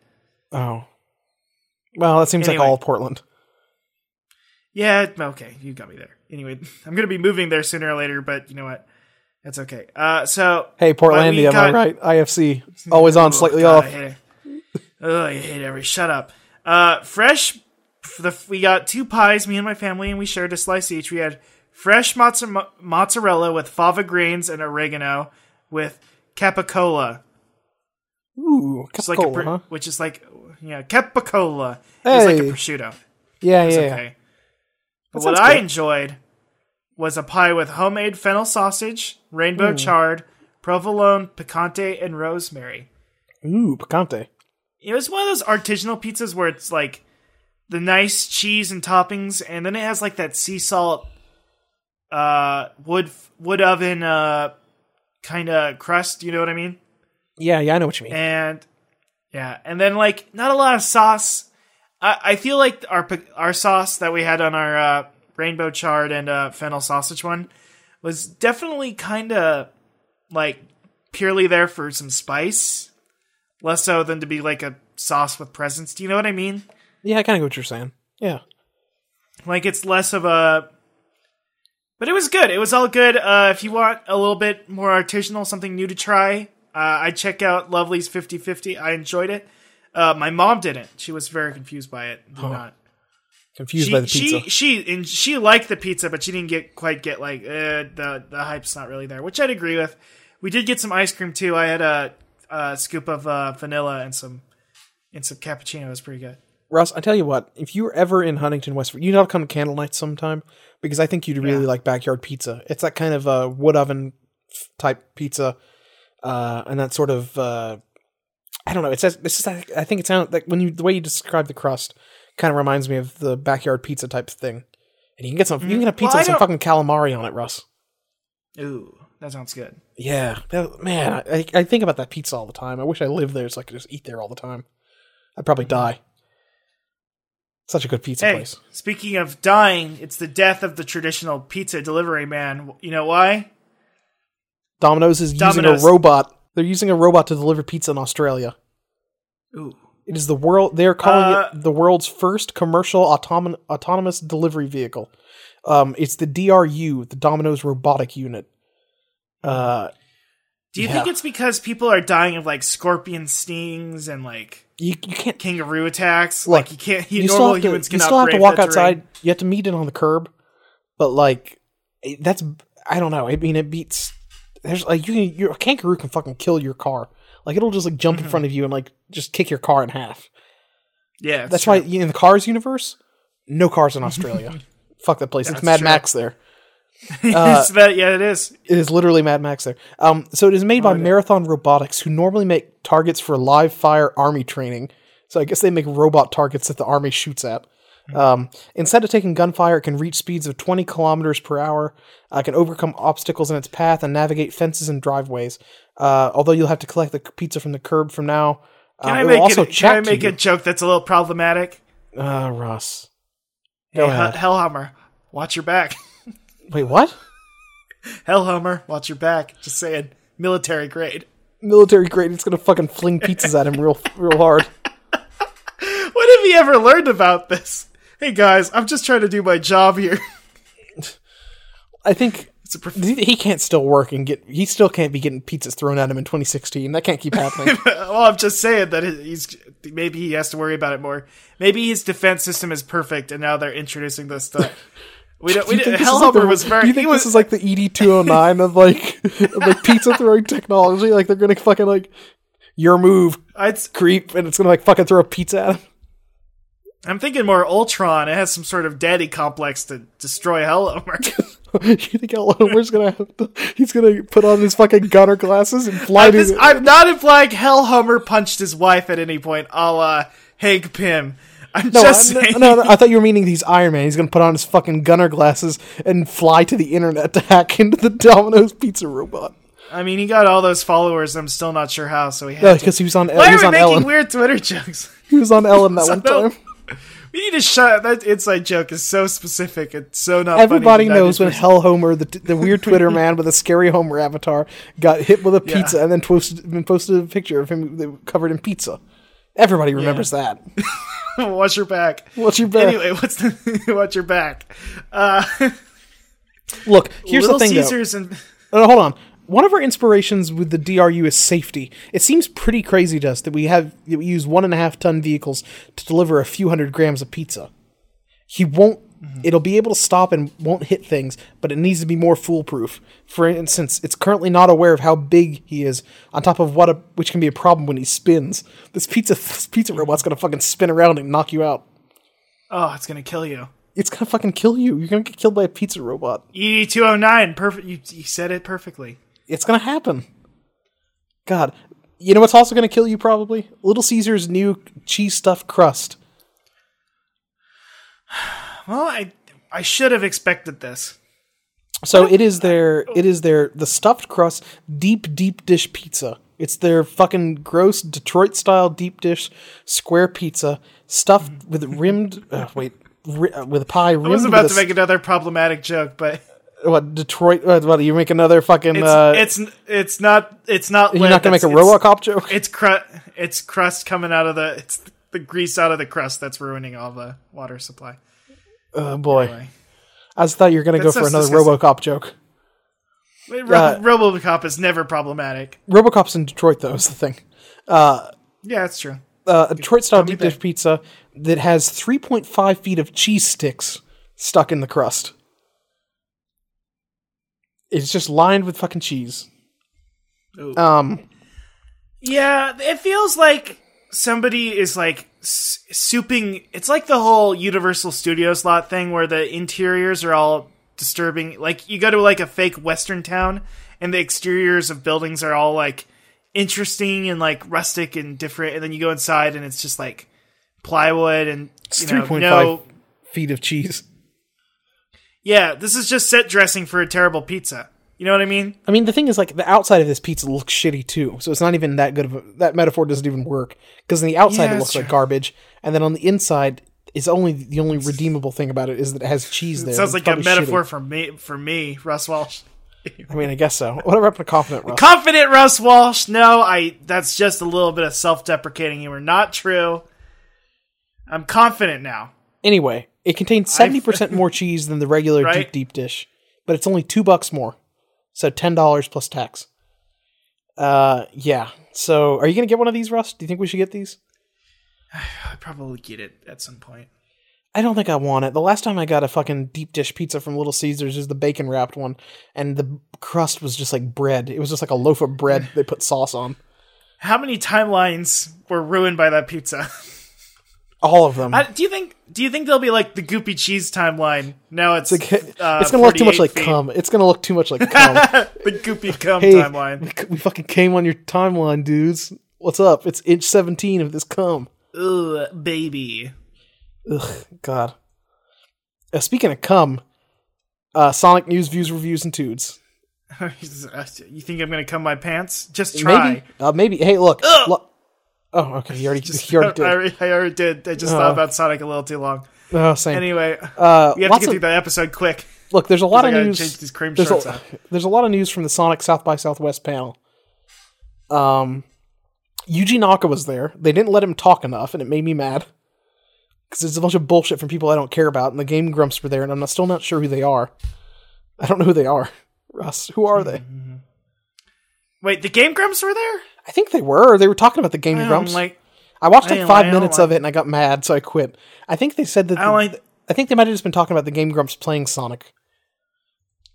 S2: Oh, well, that seems
S1: Anyway.
S2: like all of Portland.
S1: Yeah, okay, you got me there. Anyway, *laughs* I'm gonna be moving there sooner or later, but you know what? That's okay. Uh, so
S2: Hey,
S1: we
S2: Portlandia, am I
S1: got-
S2: right? IFC always on, slightly
S1: God, I
S2: off.
S1: hate it. Ugh, I hate every. Shut up. Uh, fresh. f- The, we got two pies, me and my family, and we shared a slice each. We had fresh mozza- mo- mozzarella with fava greens and oregano with capicola,
S2: Ooh,
S1: It's like a
S2: capicola,
S1: pr-
S2: huh?
S1: which is like yeah, capicola. It's like a
S2: Hey.
S1: prosciutto.
S2: Yeah, yeah, yeah.
S1: Okay. But
S2: That
S1: what
S2: sounds
S1: I
S2: good.
S1: enjoyed was a pie with homemade fennel sausage,
S2: Hmm.
S1: rainbow chard, provolone, picante, and rosemary.
S2: Ooh, picante.
S1: It was one of those artisanal pizzas where it's like the nice cheese and toppings, and then it has like that sea salt, uh, wood wood oven, uh, kind of crust. You know what I mean?
S2: Yeah, yeah, I know what you mean.
S1: and yeah, and then like not a lot of sauce. I, I feel like our pic- our sauce that we had on our uh, rainbow chard and uh, fennel sausage one was definitely kind of like purely there for some spice, less so than to be like a sauce with presence. Do you know what I mean?
S2: Yeah, I kind of get what you're saying. Yeah.
S1: Like it's less of a. But it was good. It was all good. Uh, if you want a little bit more artisanal, something new to try, uh, I check out Lovely's 50 50. I enjoyed it. Uh, my mom didn't. She was very confused by it. Did not.
S2: Confused
S1: She,
S2: by the
S1: she
S2: pizza.
S1: she and she liked the pizza, but she didn't get quite get like uh, the the hype's not really there, which I'd agree with. We did get some ice cream too. I had a, a scoop of uh, vanilla and some and some cappuccino. It was pretty good.
S2: Russ, I tell you what, if you're ever in Huntington, West Virginia, you know, come to Candle Nights sometime because I think you'd really
S1: Yeah.
S2: like backyard pizza. It's that kind of uh, wood oven f- type pizza, uh, and that sort of uh, I don't know. It's just- it's just I I think it sounds like when you the way you describe the crust kind of reminds me of the backyard pizza type thing. And you can get some, you can get a
S1: Mm,
S2: pizza
S1: Well, I
S2: with some
S1: don't-
S2: fucking calamari on it, Russ.
S1: Ooh, that sounds good.
S2: Yeah, that, man, I, I think about that pizza all the time. I wish I lived there so I could just eat there all the time. I'd probably die. Such a good pizza
S1: Mm-hmm. Hey,
S2: place.
S1: speaking of dying, it's the death of the traditional pizza delivery man. You know why?
S2: Domino's is
S1: Domino's.
S2: using a robot. They're using a robot to deliver pizza in Australia.
S1: Ooh.
S2: It is the world. They are calling
S1: Uh,
S2: it the world's first commercial autom- autonomous delivery vehicle. Um, it's the DRU, the Domino's robotic unit. Uh,
S1: Do you
S2: Yeah.
S1: think it's because people are dying of like scorpion stings and like
S2: you, you can't
S1: kangaroo attacks?
S2: Look,
S1: like you can't. You,
S2: you
S1: normal
S2: still have
S1: humans
S2: to, you
S1: cannot
S2: still have to
S1: brave
S2: walk
S1: that terrain.
S2: outside. You have to meet it on the curb, but like eh, it- that's I don't know. I mean, it beats. There's like you, can- you a kangaroo can fucking kill your car. Like it'll just like jump
S1: Mm-hmm.
S2: in front of you and like just kick your car in half.
S1: Yeah, it's
S2: That's
S1: true.
S2: why in the Cars universe, no
S1: *laughs*
S2: cars in Australia. Fuck that place. it's
S1: That's
S2: Mad
S1: true.
S2: Max there.
S1: *laughs*
S2: uh,
S1: It's that, yeah, it is.
S2: It is literally Mad Max there. Um, so it is made by Marathon Robotics, who normally make targets for live fire army training. So I guess they make robot targets that the army shoots at.
S1: Hmm.
S2: Um, instead of taking gunfire, it can reach speeds of 20 kilometers per hour. Uh, can overcome obstacles in its path and navigate fences and driveways. Uh, although you'll have to collect the pizza from the curb from now.
S1: Can
S2: Uh,
S1: I
S2: it will
S1: make
S2: also
S1: it, can I
S2: chat to
S1: make
S2: you.
S1: a joke that's a little problematic?
S2: Ah, Ross.
S1: Hey,
S2: Go
S1: Hel-
S2: ahead.
S1: Hellhammer, watch your back. *laughs*
S2: Wait, what?
S1: Hellhammer, watch your back. Just saying, military grade. *laughs*
S2: Military grade. It's gonna fucking fling pizzas at him real, real hard.
S1: What have you ever learned about this? Hey guys, I'm just trying to do my job here. *laughs*
S2: I think
S1: It's a prof-
S2: he he can't still work and get. He still can't be getting pizzas thrown at him in 2016. That
S1: *laughs*
S2: can't keep happening.
S1: well, I'm just saying that he's maybe he has to worry about it more. Maybe his defense system is perfect, and now they're introducing this
S2: *laughs*
S1: stuff. We don't. We
S2: Do you
S1: didn't,
S2: think this is like
S1: Hellhammer
S2: the-
S1: was very.
S2: Do you think
S1: he was
S2: this is like the E ED 209 of like of like pizza throwing technology? Like they're gonna fucking like your move
S1: I'd,
S2: creep and it's gonna like fucking throw a pizza at him. *laughs*
S1: I'm thinking more Ultron. It has some sort of daddy complex to destroy
S2: *laughs*
S1: Hellhammer.
S2: you think Elmer's gonna have to, he's gonna put on his fucking gunner glasses and fly
S1: I'm,
S2: to
S1: just-
S2: the-
S1: I'm not implying Hellhammer punched his wife at any point, a la Hank Pym. I'm
S2: No,
S1: just
S2: I,
S1: saying.
S2: no, no, I thought you were meaning he's Iron Man. He's going to put on his fucking gunner glasses and fly to the internet to hack into the Domino's pizza robot.
S1: I mean, he got all those followers. I'm still not sure how. So he had. to.
S2: Because Uh, he was on, he
S1: Why are
S2: was
S1: we
S2: on
S1: making
S2: Ellen.
S1: weird Twitter jokes?
S2: *laughs* He was on Ellen *laughs* that
S1: So
S2: one
S1: no-
S2: time.
S1: We need to shut. That inside joke is so specific. It's so not. funny
S2: Everybody
S1: to
S2: knows when
S1: 90%.
S2: Hell Homer, the, the weird Twitter man with a scary Homer avatar, got hit with a pizza and then posted, and posted a picture of him that- covered in pizza. Everybody remembers that.
S1: *laughs* Watch your back.
S2: What's *laughs* your bet?
S1: Anyway, what's the *laughs* watch your back?
S2: *laughs*
S1: Uh,
S2: Look, here's
S1: Little
S2: the thing, though.
S1: Caesars and
S2: Uh, hold on. One of our inspirations with the DRU is safety. It seems pretty crazy to us that we have that we use one and a half ton vehicles to deliver a few hundred grams of pizza. He won't. It'll be able to stop and won't hit things, but it needs to be more foolproof. For instance, it's currently not aware of how big he is. On top of what, a, which can be a problem when he spins. This pizza *laughs* this pizza robot's gonna fucking spin around and knock you out.
S1: oh, it's gonna kill you.
S2: It's gonna fucking kill you. You're gonna get killed by a pizza robot.
S1: ED E two hundred nine. Perfect. You, you said it perfectly.
S2: It's gonna happen. God, you know what's also gonna kill you probably? Little Caesar's new cheese stuffed crust.
S1: Well, I I should have expected this.
S2: So it is their it is their the stuffed crust deep deep dish pizza. It's their fucking gross Detroit style deep dish square pizza stuffed with rimmed uh, wait ri- uh, with a pie rimmed
S1: I was about
S2: with
S1: to
S2: a
S1: make another problematic joke, but
S2: s- what Detroit uh, what you make another fucking
S1: it's
S2: uh,
S1: it's it's not it's not.
S2: you're not gonna make a RoboCop joke.
S1: It's crust. It's crust coming out of the. It's the grease out of the crust that's ruining all the water supply.
S2: Oh boy,
S1: Anyway.
S2: I just thought you were gonna go
S1: That's
S2: for
S1: so
S2: another
S1: disgusting.
S2: RoboCop joke.
S1: Ro-
S2: Uh,
S1: RoboCop is never problematic.
S2: RoboCop's in Detroit though is the thing.
S1: Yeah, that's true.
S2: uh, a Detroit style deep
S1: there.
S2: dish pizza that has 3.5 feet of cheese sticks stuck in the crust. It's just lined with fucking cheese.
S1: Ooh.
S2: Um,
S1: Yeah, it feels like somebody is like s- souping. It's like the whole Universal Studios lot thing where the interiors are all disturbing. Like you go to like a fake Western town, and the exteriors of buildings are all like interesting and like rustic and different, and then you go inside and it's just like plywood and
S2: it's
S1: you know,
S2: 3.5
S1: no-
S2: feet of cheese.
S1: yeah, this is just set dressing for a terrible pizza. You know what I mean?
S2: I mean, the thing is, like, the outside of this pizza looks shitty too, so it's not even that good of a, that metaphor doesn't even work because on the outside
S1: Yeah,
S2: it
S1: that's
S2: looks like
S1: true.
S2: garbage, and then on the inside is only the only redeemable thing about it is that it has cheese there.
S1: Sounds
S2: It's
S1: like a
S2: probably
S1: metaphor
S2: shitty.
S1: for me, for me, Russ Walsh.
S2: I mean, I guess so. Whatever
S1: *laughs*
S2: happened to confident Russ?
S1: Confident Russ Walsh. No, I. That's just a little bit of self-deprecating humor. Not true. I'm confident now.
S2: Anyway, it contains
S1: *laughs*
S2: seventy percent more cheese than the regular
S1: Right?
S2: deep deep dish, but it's only two bucks more, so ten dollars plus tax. Uh, yeah. So, are you gonna get one of these, Russ? Do you think we should get these?
S1: I probably get it at some point.
S2: I don't think I want it. The last time I got a fucking deep dish pizza from Little Caesars is the bacon wrapped one, and the crust was just like bread. It was just like a loaf of bread they put sauce on.
S1: how many timelines were ruined by that pizza? *laughs*
S2: All of them.
S1: I, do you think? Do you think there'll be like the goopy cheese timeline? No, it's
S2: *laughs* It's like,
S1: uh,
S2: it's gonna look too much
S1: 48
S2: like
S1: feet.
S2: cum. It's gonna look too much like
S1: *laughs*
S2: cum.
S1: the goopy cum
S2: hey,
S1: timeline.
S2: We, c- we fucking came on your timeline, dudes. What's up? It's inch seventeen of this cum.
S1: Ugh, baby. *laughs*
S2: Ugh, God. Uh, speaking of cum, uh, Sonic news, views, reviews, and tudes.
S1: you think I'm gonna cum my pants? Just try.
S2: Maybe, uh, maybe. Hey, look. lo- oh, okay. You
S1: *laughs*
S2: already,
S1: Just-
S2: you already
S1: I,
S2: did.
S1: already- I already did. I just thought about Sonic a little too long.
S2: Oh, same.
S1: Anyway,
S2: uh,
S1: we have to
S2: lots
S1: get
S2: of,
S1: through that episode quick.
S2: Look, there's a lot
S1: I
S2: of
S1: gotta
S2: news.
S1: change these cream
S2: there's,
S1: shirts
S2: a,
S1: out.
S2: *laughs* there's a lot of news from the Sonic South by Southwest panel. Um, Yuji Naka was there. They didn't let him talk enough, and it made me mad because there's a bunch of bullshit from people I don't care about, and the Game Grumps were there, and I'm not, still not sure who they are. I don't know who they are, *laughs* Russ. Who are they?
S1: Mm-hmm. Wait, the Game Grumps were there?
S2: I think they were. They were talking about the Game
S1: I don't
S2: Grumps.
S1: like.
S2: I watched
S1: I
S2: like
S1: don't-
S2: five
S1: I don't
S2: minutes of it, and I got mad, so I quit. I think they said that.
S1: I don't
S2: the-
S1: like-
S2: I think they might have just been talking about the Game Grumps playing Sonic.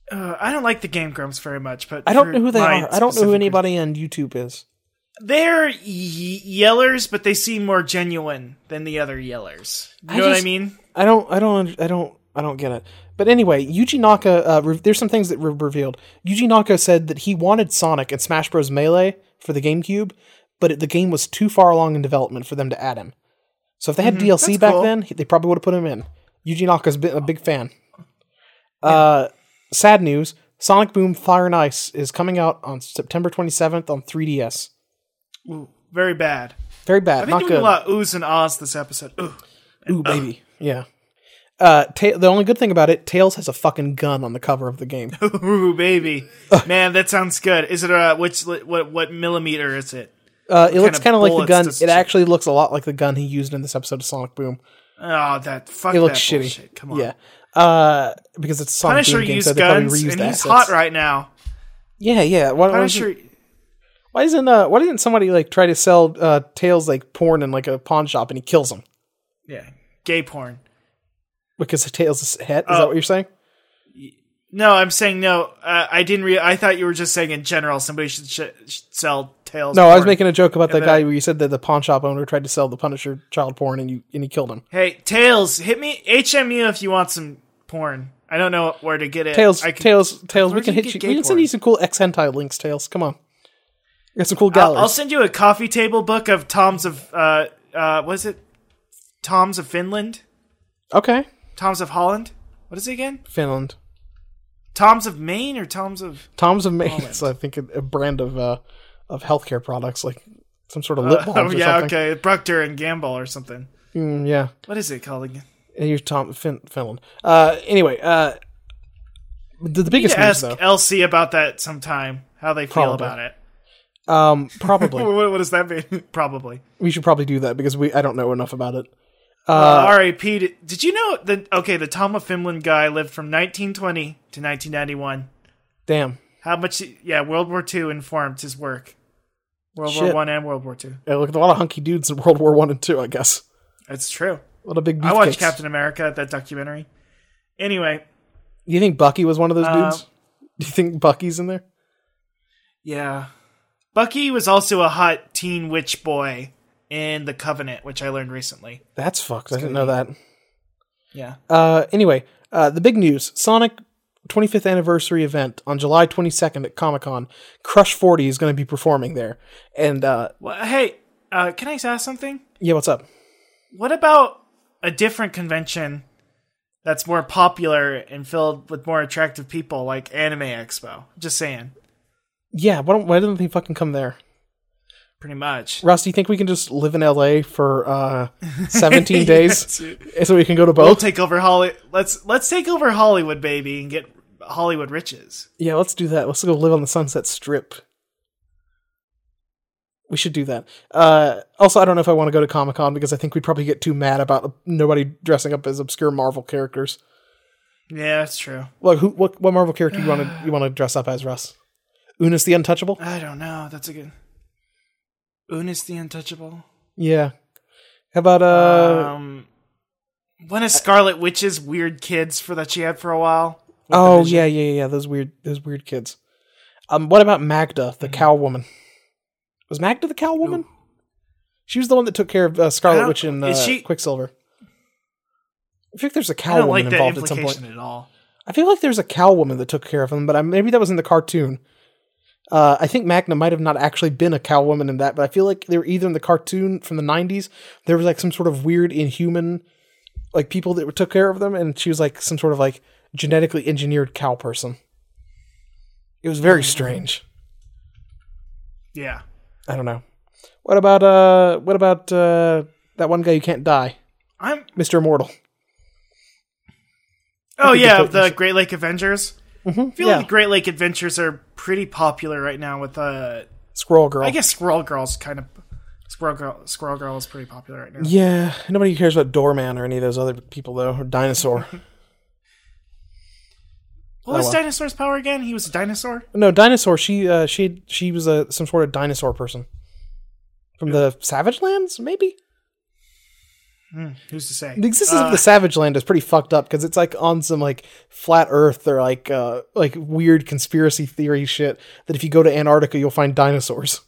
S1: Uh, I don't like the Game Grumps very much, but
S2: I don't
S1: for
S2: know who they
S1: my
S2: are. I don't know who
S1: specific-
S2: anybody on YouTube is.
S1: They're y- yellers, but they seem more genuine than the other yellers. You
S2: I
S1: know what I
S2: just-
S1: mean?
S2: I don't. I don't. under- I don't. I don't get it. But anyway, Yuji Naka. Uh, re- there's some things that were revealed. Yuji Naka said that he wanted Sonic and Smash Bros. Melee for the GameCube, but it, the game was too far along in development for them to add him. So if they had DLC
S1: Mm-hmm. that's
S2: back
S1: cool.
S2: then, he- they probably would have put him in. Yuji Naka's been a big fan. Uh, sad news: Sonic Boom Fire and Ice is coming out on September 27th on 3DS.
S1: Ooh, very bad.
S2: Very bad.
S1: I've been
S2: not
S1: doing
S2: good.
S1: a lot of oohs and ahs this episode. Ooh. *laughs*
S2: Ooh, baby. Yeah. Uh, ta- the only good thing about it, Tails has a fucking gun on the cover of
S1: *laughs*
S2: the game. Uh,
S1: Ooh, baby, man, that sounds good. Is it uh, which li- what what millimeter is it?
S2: Uh, it looks
S1: of
S2: kind of like the
S1: bullets
S2: gun.
S1: does
S2: It
S1: she-
S2: actually looks a lot like the gun he used in this episode of Sonic Boom.
S1: Oh, that fuck.
S2: It looks
S1: that
S2: shitty.
S1: bullshit. Come on,
S2: Yeah. Uh, because it's a Sonic
S1: Punisher
S2: Boom game,
S1: used
S2: so they probably
S1: guns,
S2: reused
S1: and
S2: the
S1: he's
S2: assets.
S1: hot right now.
S2: Yeah, yeah. Why, why,
S1: Punisher,
S2: isn't, why isn't uh why didn't somebody like try to sell uh Tails like porn in like a pawn shop and he kills him
S1: yeah, gay porn.
S2: because Tails is het? Is
S1: Oh.
S2: that what you're saying?
S1: No, I'm saying no. Uh, I didn't. Re- I thought you were just saying in general somebody should sh- should sell tails.
S2: No, I was
S1: porn.
S2: making a joke about that
S1: then-
S2: guy where you said that the pawn shop owner tried to sell the Punisher child porn and you and he killed him.
S1: Hey, tails, hit me HMU if you want some porn. I don't know where to get it.
S2: Tails,
S1: I can-
S2: Tails, Tails,
S1: Where
S2: we
S1: do
S2: can
S1: you
S2: hit
S1: get
S2: you. We
S1: gay
S2: can send you
S1: porn?
S2: some cool X hentai links, Tails. Come on. We got some cool
S1: I'll,
S2: galleries.
S1: I'll send you a coffee table book of Tom's of uh uh what is it? Tom's of Finland.
S2: okay.
S1: Tom's of Holland. What is it again?
S2: Finland.
S1: Tom's of Maine or Tom's of
S2: Tom's of Maine is, I think, a, a brand of uh, of healthcare products, like some sort of lip balms
S1: Oh *laughs*
S2: or
S1: yeah,
S2: something.
S1: okay, Procter and Gamble or something.
S2: Mm, yeah.
S1: What is it called again?
S2: And you're Tom fin- Finland. Uh, anyway, uh, the, the
S1: You need
S2: biggest
S1: to
S2: news
S1: ask
S2: though,
S1: Elsie about that sometime. How they feel
S2: Probably.
S1: about it. *laughs*
S2: um, probably
S1: What, what does that mean? *laughs* Probably.
S2: we should probably do that because we I don't know enough about it.
S1: Uh, R.A.P. Did, did you know that? Okay, the Tom of Finland guy lived from 1920 to 1991.
S2: Damn,
S1: How much? Yeah, World War II informed his work. World War
S2: Shit.
S1: One and World War Two.
S2: yeah, look, a lot of hunky dudes in *laughs* World War One and Two, I guess.
S1: That's true.
S2: A lot of big.
S1: I watched
S2: beefcakes.
S1: Captain America, that documentary. Anyway,
S2: Do you think Bucky was one of those
S1: Uh,
S2: dudes? Do you think Bucky's in there?
S1: Yeah. Bucky was also a hot teen witch boy in The Covenant, which I learned recently.
S2: That's fucked. I didn't know that.
S1: Yeah.
S2: Uh, anyway, uh, the big news: Sonic 25th anniversary event on July 22nd at Comic Con. Crush 40 is going to be performing there. And uh,
S1: Well, hey, uh, can I just ask something?
S2: yeah, what's up?
S1: What about a different convention that's more popular and filled with more attractive people, like Anime Expo? Just saying,
S2: Yeah, why don't why didn't they fucking come there?
S1: pretty much.
S2: Russ, do you think we can just live in LA for uh, 17 days
S1: dude.
S2: so we can go
S1: *laughs*
S2: to
S1: We'll
S2: both?
S1: take over Holly. Let's let's take over Hollywood, baby, and get Hollywood riches.
S2: yeah, let's do that. Let's go live on the Sunset Strip. We should do that. Uh, also, I don't know if I want to go to Comic Con because I think we'd probably get too mad about nobody dressing up as obscure Marvel characters.
S1: Yeah, that's true.
S2: Like who? What, what Marvel character you
S1: *sighs*
S2: want to you want to dress up as, Russ? Unis the Untouchable.
S1: I don't know. That's a good. Unis the Untouchable.
S2: Yeah. How about uh?
S1: Um, one of Scarlet Witch's weird kids for that she had for a while.
S2: oh yeah,
S1: Mm.
S2: yeah, yeah. Those weird those weird kids. Um, what about Magda, the cow woman? Was Magda the cow woman? She was the one that took care of uh,
S1: I
S2: Scarlet
S1: don't-
S2: Witch and uh,
S1: is she-
S2: Quicksilver. I think there's a
S1: I
S2: cow
S1: don't
S2: woman
S1: like that
S2: involved at some point.
S1: implication at all.
S2: I feel like there's a cow woman that took care of him, but I, maybe that was in the cartoon. Uh, I think Magna might have not actually been a cow woman in that, but I feel like they were either in the cartoon from the '90s. There was like some sort of weird inhuman, like people that were- took care of them, and she was like some sort of like genetically engineered cow person. It was very strange.
S1: Yeah.
S2: I don't know. What about uh? What about uh? That one guy who can't die,
S1: I'm
S2: Mister Immortal.
S1: Oh
S2: think
S1: yeah,
S2: it's what you
S1: the Great Lake Avengers. I feel
S2: Mm-hmm. yeah.
S1: like the Great Lake Adventures are pretty popular right now with uh
S2: Squirrel Girl.
S1: I guess Squirrel Girl's kind of Squirrel Girl Squirrel Girl is pretty popular right now.
S2: Yeah, nobody cares about Doorman or any of those other people though, or Dinosaur.
S1: What was
S2: Oh, well.
S1: Dinosaur's power again? He was a dinosaur?
S2: No, dinosaur. She uh, she she was a some sort of dinosaur person from the Savage Lands, maybe.
S1: Who's to say?
S2: The existence of the Savage Land is pretty fucked up because it's like on some like flat Earth or like uh, like weird conspiracy theory shit that if you go to Antarctica you'll find dinosaurs.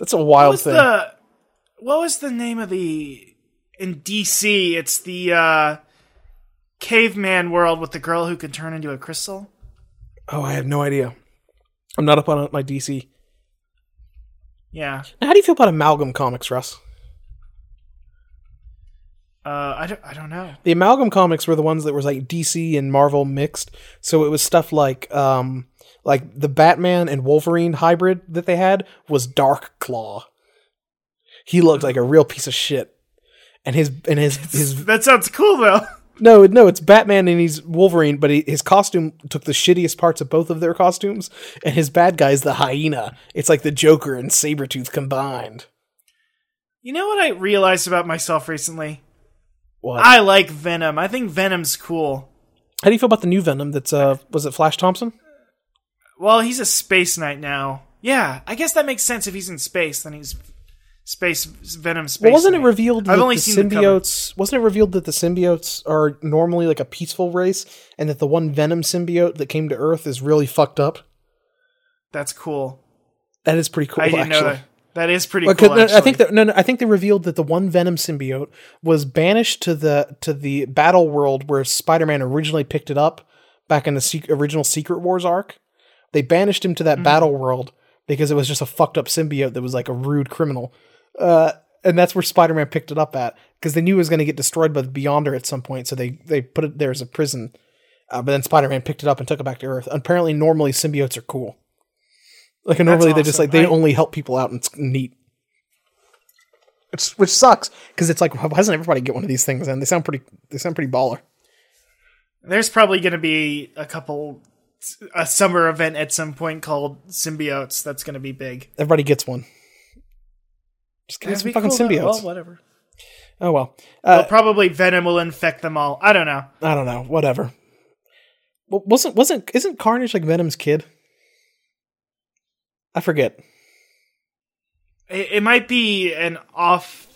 S2: That's a
S1: What
S2: wild
S1: was
S2: thing.
S1: the What was the name of the in DC? It's the uh caveman world with the girl who could turn into a crystal.
S2: oh, I have no idea. I'm not up on my DC.
S1: Yeah.
S2: Now, how do you feel about Amalgam Comics, Russ?
S1: Uh I don't I don't know.
S2: the amalgam comics were the ones that was like DC and Marvel mixed. So it was stuff like um like the Batman and Wolverine hybrid that they had was Dark Claw. He looked like a real piece of shit. And his and his his
S1: That sounds cool though. *laughs*
S2: no no it's Batman and he's Wolverine but he, his costume took the shittiest parts of both of their costumes and his bad guy is the hyena it's like the Joker and Sabretooth combined
S1: You know what I realized about myself recently?
S2: what
S1: I like Venom. I think Venom's cool.
S2: how do you feel about the new Venom that's uh was it Flash Thompson
S1: Well, he's a space knight now. Yeah, I guess that makes sense if he's in space, then he's space Venom space.
S2: Well, wasn't it
S1: Knight.
S2: revealed
S1: I've
S2: that
S1: only
S2: the
S1: seen the cover.
S2: symbiotes? wasn't it revealed that the symbiotes are normally like a peaceful race, and that the one Venom symbiote that came to Earth is really fucked up?
S1: That's cool.
S2: That is pretty cool.
S1: I didn't
S2: actually.
S1: know that. That is pretty
S2: Well, 'cause
S1: cool.
S2: no,
S1: actually.
S2: I think that, no, no, I think they revealed that the one Venom symbiote was banished to the to the battle world where Spider-Man originally picked it up back in the sec- original Secret Wars arc. They banished him to
S1: Hmm.
S2: that battle world because it was just a fucked up symbiote that was like a rude criminal, uh, and that's where Spider-Man picked it up at because they knew it was going to get destroyed by the Beyonder at some point, so they they put it there as a prison. Uh, but then Spider-Man picked it up and took it back to Earth. Apparently, normally symbiotes are cool. Like normally they just
S1: awesome.
S2: like they
S1: I-
S2: only help people out and it's neat. It's, which sucks because it's like why doesn't everybody get one of these things? And they sound pretty they sound pretty baller.
S1: there's probably going to be a couple a summer event at some point called Symbiotes. That's going to be big.
S2: Everybody gets one. Just get
S1: That'd
S2: some
S1: be
S2: fucking
S1: cool, though.
S2: symbiotes.
S1: Well, whatever.
S2: oh well. Uh,
S1: Well, probably Venom will infect them all. I don't know.
S2: I don't know. Whatever. Well, wasn't wasn't isn't Carnage like Venom's kid? I forget.
S1: It, it might be an off.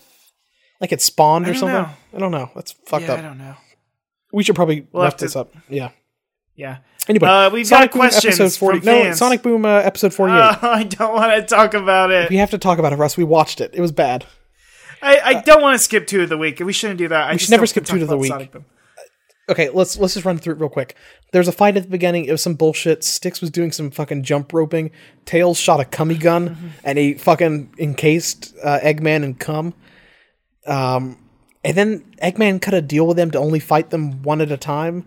S2: Like it spawned
S1: I
S2: or
S1: don't
S2: something.
S1: know.
S2: I don't know. That's fucked
S1: yeah, I
S2: up.
S1: don't know.
S2: We should probably
S1: We'll have
S2: wrap this
S1: to-
S2: up. Yeah.
S1: Yeah. *laughs*
S2: Anyway,
S1: Uh, we've
S2: Sonic
S1: got
S2: Boom
S1: questions
S2: episode forty.
S1: from
S2: No,
S1: fans.
S2: Sonic Boom uh, episode forty-eight.
S1: Oh, I don't want to talk about it.
S2: we have to talk about it, Russ. We watched it. It was bad.
S1: I, I don't want to skip two of the week. We shouldn't do that. I we
S2: should never skip two of the week. Okay, let's let's just run through it real quick. There's a fight at the beginning. It was some bullshit. Styx was doing some fucking jump roping. Tails shot a cummy gun,
S1: Mm-hmm.
S2: and he fucking encased uh, Eggman and cum. Um, and then Eggman cut a deal with them to only fight them one at a time.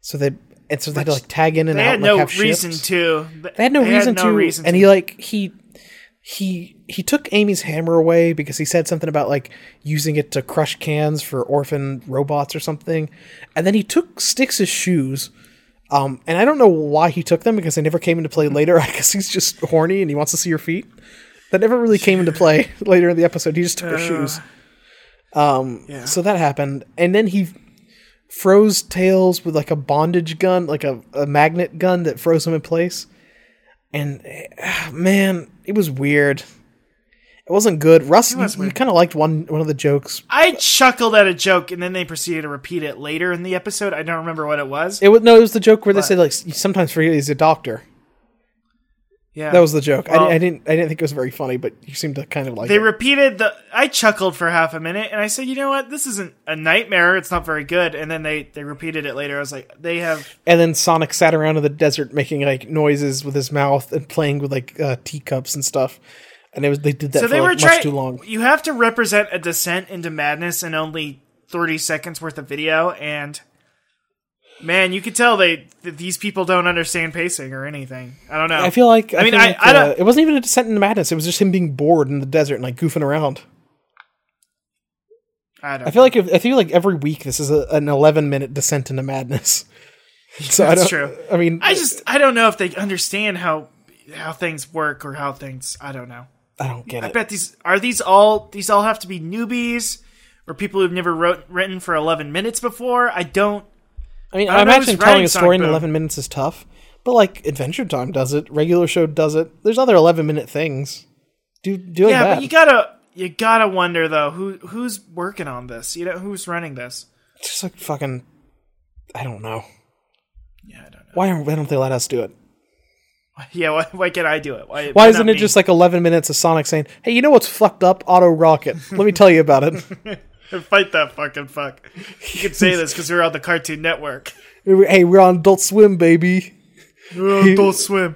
S2: So they and so they had to like tag in and
S1: They
S2: out.
S1: had
S2: and,
S1: no
S2: like, have
S1: reason
S2: shifts.
S1: to. Th-
S2: They had no reason to.
S1: reason
S2: and
S1: to.
S2: he like he he he took Amy's hammer away because he said something about like using it to crush cans for orphan robots or something. And then he took Styx's shoes. Um, and I don't know why he took them because they never came into play later. *laughs* I guess he's just horny and he wants to see her feet. That never really came into play *laughs* later in the episode. He just took her shoes. Um,
S1: yeah.
S2: So that happened, and then he froze Tails with like a bondage gun, like a, a magnet gun that froze him in place. And eh, man, it was weird. It wasn't good. Russ,
S1: was
S2: you,
S1: weird.
S2: kind of liked one one of the jokes.
S1: I chuckled at a joke, and then they proceeded to repeat it later in the episode. I don't remember what it was.
S2: It was no, it was the joke where they said like you sometimes forget he's a doctor.
S1: Yeah,
S2: That was the joke.
S1: Well-
S2: I, I didn't. I didn't think it was very funny, but you seemed to kind of like.
S1: they
S2: it.
S1: repeated the. I chuckled for half a minute, and I said, "You know what? This isn't a nightmare. It's not very good." And then they they repeated it later. I was like, "They have
S2: and then Sonic sat around in the desert making like noises with his mouth and playing with like uh, teacups and stuff. And it was they did that
S1: so
S2: for
S1: they
S2: like,
S1: were
S2: much
S1: trying
S2: too long.
S1: You have to represent a descent into madness in only thirty seconds worth of video, and man, you could tell they that these people don't understand pacing or anything. I don't know.
S2: I feel like I,
S1: mean,
S2: feel
S1: I-
S2: like,
S1: I
S2: uh,
S1: don't-
S2: it wasn't even a descent into madness. It was just him being bored in the desert and like goofing around.
S1: I don't.
S2: I feel like if, I feel like every week this is a, an eleven minute descent into madness. *laughs* So I
S1: That's
S2: don't,
S1: true.
S2: I mean,
S1: I just I don't know if they understand how how things work or how things I don't know.
S2: I don't get
S1: I
S2: it.
S1: bet these are these all these all have to be newbies or people who've never wrote written for 11 minutes before. I don't
S2: I mean,
S1: I
S2: I,
S1: don't know
S2: imagine
S1: who's
S2: telling
S1: writing
S2: a story
S1: Sonic
S2: in
S1: Boom.
S2: eleven minutes is tough, but like Adventure Time does it, regular show does it. There's other eleven minute things. Do do
S1: Yeah,
S2: that.
S1: but you got to you got to wonder though who who's working on this? You know who's running this?
S2: just like fucking I don't know.
S1: Yeah, I don't know.
S2: Why aren't why don't they let us do it?
S1: Yeah, why, why can't I do it? Why
S2: Why isn't it just like eleven minutes of Sonic saying, Hey, you know what's fucked up? Auto rocket. Let me tell you
S1: *laughs*
S2: about it.
S1: like *laughs* fight that fucking fuck? You could say this cuz we're on the Cartoon Network.
S2: hey, we're on Adult Swim, baby.
S1: *laughs* Oh, don't swim.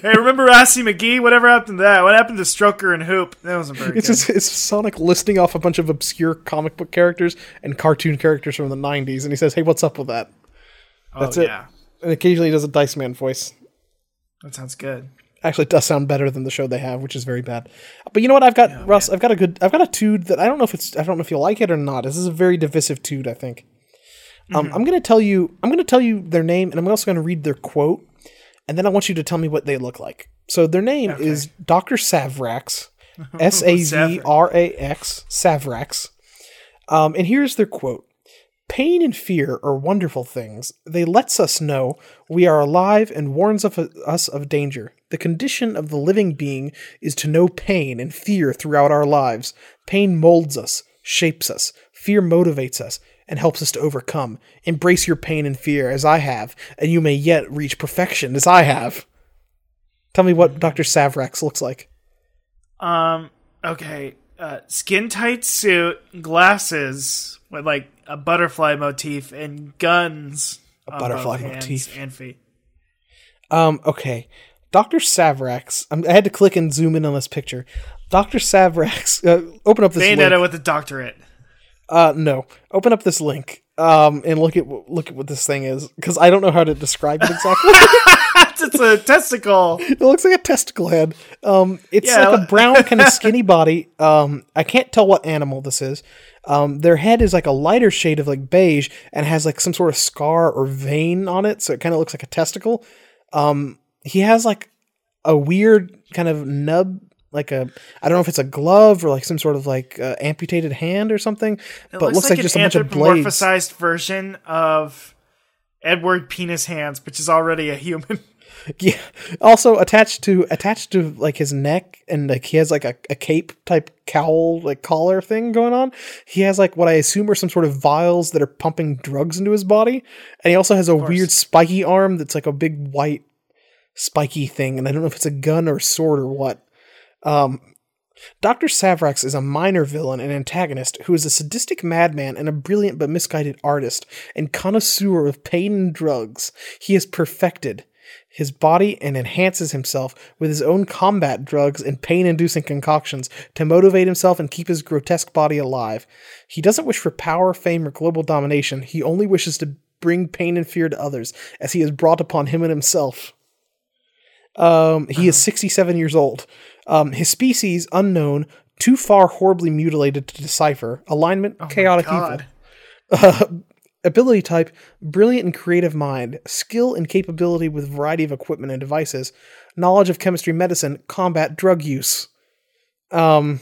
S1: Hey, remember Assy McGee? Whatever happened to that? What happened to Strucker and Hoop? That wasn't very
S2: It's
S1: good.
S2: just it's Sonic listing off a bunch of obscure comic book characters and cartoon characters from the nineties and he says, Hey, what's up with that? that's
S1: oh,
S2: it.
S1: yeah.
S2: And occasionally he does a Dice Man voice.
S1: That sounds good.
S2: actually it does sound better than the show they have, which is very bad. But you know what? I've got Russ. I've got a good. I've got a tood that I don't know if it's. I don't know if you like it or not. This is a very divisive tood. I think. Um, I'm gonna tell you. I'm gonna tell you their name, and I'm also gonna read their quote, and then I want you to tell me what they look like. So their name is Doctor Savrax, S A V R A X Savrax, um, and here's their quote. Pain and fear are wonderful things. They lets us know we are alive and warns of us of danger. The condition of the living being is to know pain and fear throughout our lives. Pain molds us, shapes us. Fear motivates us and helps us to overcome. Embrace your pain and fear as I have, and you may yet reach perfection as I have. Tell me what Dr. Savrax looks like.
S1: Um. Okay. Uh, skin tight suit, glasses with like a butterfly motif, and guns. A
S2: butterfly motif.
S1: and feet.
S2: Um, okay. Dr. Savrax. I'm, I had to click and zoom in on this picture. Dr. Savrax. *laughs* Uh, open up this
S1: Bayonetta
S2: link.
S1: with a doctorate.
S2: Uh, no. Open up this link. Um, and look at wh- look at what this thing is because I don't know how to describe it exactly.
S1: it's a testicle.
S2: it looks like a testicle head. Um, it's
S1: Yeah,
S2: like a
S1: *laughs* li-
S2: brown kind of skinny body. Um, I can't tell what animal this is. Um, their head is like a lighter shade of like beige and has like some sort of scar or vein on it, so it kind of looks like a testicle. Um, he has like a weird kind of nub, like a I don't know if it's a glove or like some sort of like uh, amputated hand or something,
S1: It
S2: but looks like, just a
S1: an
S2: bunch of blades.
S1: anthropomorphized version of Edward Penis Hands, which is already a human. *laughs* Oh
S2: *laughs* Yeah. Also attached to attached to like his neck and like he has like a, a cape type cowl like collar thing going on. He has like what I assume are some sort of vials that are pumping drugs into his body. And he also has a weird spiky arm that's like a big white spiky thing, and I don't know if it's a gun or sword or what. Um Dr. Savrax is a minor villain and antagonist who is a sadistic madman and a brilliant but misguided artist and connoisseur of pain and drugs. He is perfected his body and enhances himself with his own combat drugs and pain inducing concoctions to motivate himself and keep his grotesque body alive. He doesn't wish for power, fame, or global domination. He only wishes to bring pain and fear to others, as he has brought upon him and himself. Um, he is 67 years old. Um, his species, unknown, too far horribly mutilated to decipher. Alignment, chaotic evil.
S1: God.
S2: Ability type, brilliant and creative mind, skill and capability with variety of equipment and devices, knowledge of chemistry, medicine, combat, drug use. Um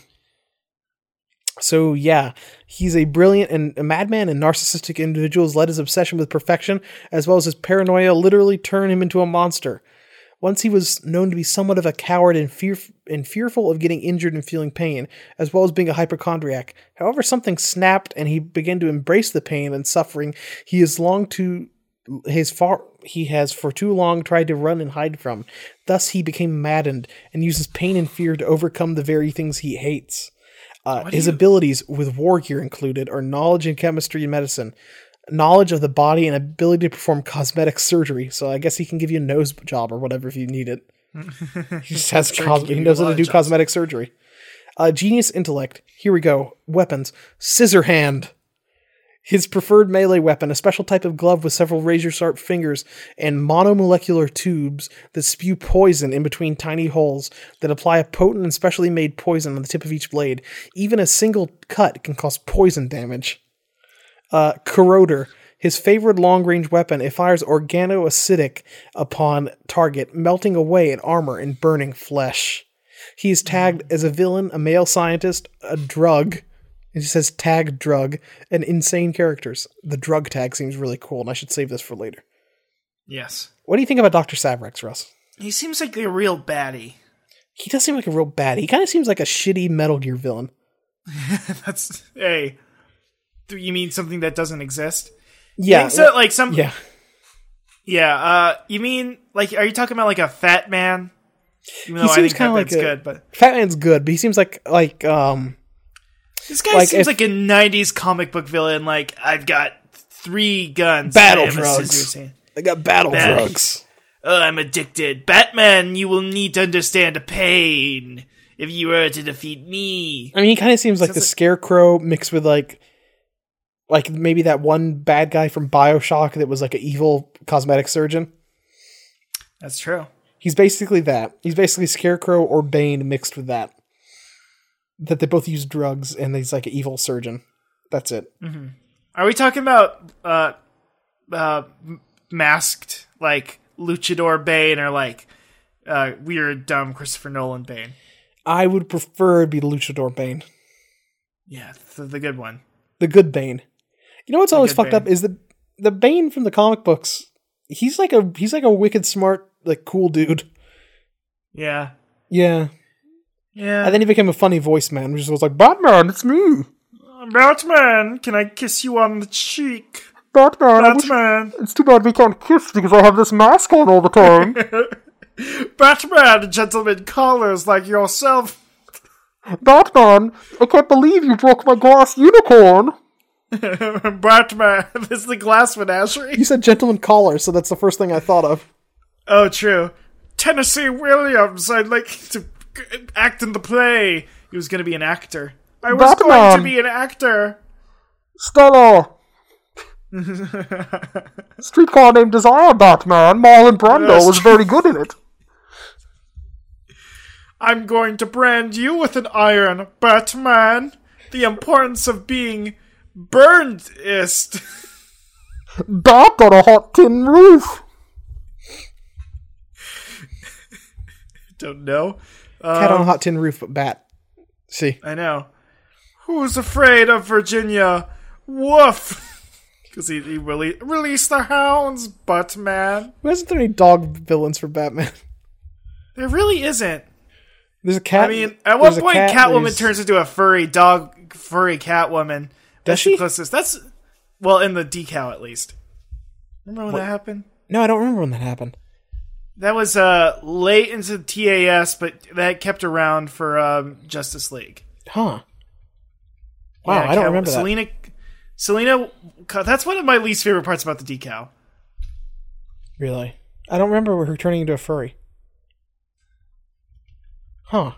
S2: so yeah, he's a brilliant and a madman and narcissistic individual has let his obsession with perfection as well as his paranoia literally turn him into a monster. Once he was known to be somewhat of a coward and, fear- and fearful of getting injured and feeling pain, as well as being a hypochondriac. However, something snapped and he began to embrace the pain and suffering he has longed to his far he has for too long tried to run and hide from. Thus, he became maddened and uses pain and fear to overcome the very things he hates. Uh,
S1: What do
S2: his
S1: you-
S2: abilities, with war gear included, are knowledge in chemistry and medicine, knowledge of the body, and ability to perform cosmetic surgery. So I guess he can give you a nose job or whatever if you
S1: *laughs*
S2: need it. he just has
S1: Sure, he
S2: cos-
S1: can
S2: he
S1: give you
S2: knows
S1: a lot
S2: how to
S1: of
S2: do
S1: jobs.
S2: cosmetic surgery. Uh, genius intellect. Here we go. Weapons. Scissor hand. His preferred melee weapon, a special type of glove with several razor sharp fingers and monomolecular tubes that spew poison in between tiny holes that apply a potent and specially made poison on the tip of each blade. Even a single cut can cause poison damage. Uh, corroder, his favorite long range weapon, it fires organoacidic upon target, melting away at armor and burning flesh. He is tagged as a villain, a male scientist, a drug. It just says tag drug and insane characters. The drug tag seems really cool, and I should save this for later.
S1: Yes.
S2: What do you think about Dr. Savrex, Russ?
S1: He seems like a real baddie. *laughs*
S2: He does seem like a real bad. He kind of seems like a shitty Metal Gear villain.
S1: That's hey. Do you mean something that doesn't exist?
S2: Yeah.
S1: Think so? Like some
S2: yeah.
S1: Yeah, uh, you mean like are you talking about like a fat man? Even
S2: He
S1: though I
S2: seems
S1: think
S2: kinda
S1: fat
S2: like
S1: man's
S2: a-
S1: good, but
S2: Fat Man's good, but he seems like like um
S1: this guy
S2: like
S1: seems
S2: if-
S1: like a '90s comic book villain. Like I've got three guns,
S2: Battle
S1: I have a
S2: drugs.
S1: scissors hand.
S2: they got battle
S1: Bad.
S2: drugs.
S1: Oh, I'm addicted. Batman, you will need to understand the pain if you were to defeat me.
S2: I mean, he kind of seems like
S1: Sounds
S2: the
S1: like-
S2: Scarecrow mixed with like, like maybe that one bad guy from Bioshock that was like an evil cosmetic surgeon.
S1: That's true.
S2: He's basically that. He's basically Scarecrow or Bane mixed with that. That they both use drugs and he's like an evil surgeon. That's it.
S1: Are we talking about uh, uh, m- masked like luchador Bane or like uh, weird dumb Christopher Nolan Bane?
S2: I would prefer it be Luchador Bane,
S1: Yeah, the, the good one.
S2: the good Bane. You know what's always
S1: good
S2: fucked up is the the Bane from the comic books. He's like a he's like a wicked smart like cool dude.
S1: Yeah,
S2: Yeah.
S1: yeah.
S2: And then he became a funny voice man, which was like, Batman, it's me.
S1: Batman, can I kiss you on the cheek?
S2: Batman, I wish-
S1: Batman,
S2: it's too bad we can't kiss because I have this mask on all the *laughs* time.
S1: Batman, gentlemen, callers like yourself. *laughs*
S2: Batman, I can't believe you broke my glass unicorn.
S1: Batman, *laughs* this is the glass menagerie.
S2: You said gentleman caller, so that's the first thing I thought of.
S1: Oh, true. Tennessee Williams, I'd like to act in the play. He was going to be an actor. I was going to
S2: Batman.
S1: be an actor. *laughs*
S2: Stella. Streetcar named Desire Batman. Marlon Brando
S1: Yes.
S2: was very good in it.
S1: I'm going to brand you with an iron, Batman. The importance of being burnedist. *laughs*
S2: Bat got a hot tin roof.
S1: Don't know.
S2: Cat
S1: Um,
S2: on a hot tin roof, but bat. See.
S1: I know. Who's afraid of Virginia? Woof! *laughs* Because he, he really released the hounds, but man,
S2: Who hasn't there any dog villains for Batman? *laughs*
S1: there really isn't.
S2: There's a cat.
S1: I mean, at
S2: there's
S1: one
S2: a
S1: point,
S2: cat
S1: Catwoman
S2: there's-
S1: turns into a furry dog, furry Catwoman. That's
S2: she?
S1: the closest. That's well in the decal at least. Remember when that happened?
S2: No, I don't remember when that happened.
S1: That was uh late into TAS, but that kept around for um, Justice League.
S2: Huh. Wow,
S1: Yeah,
S2: I don't
S1: Cat-
S2: remember that.
S1: Selena, Selena, that's one of my least favorite parts about the decal.
S2: Really? I don't remember her turning into a furry. Huh.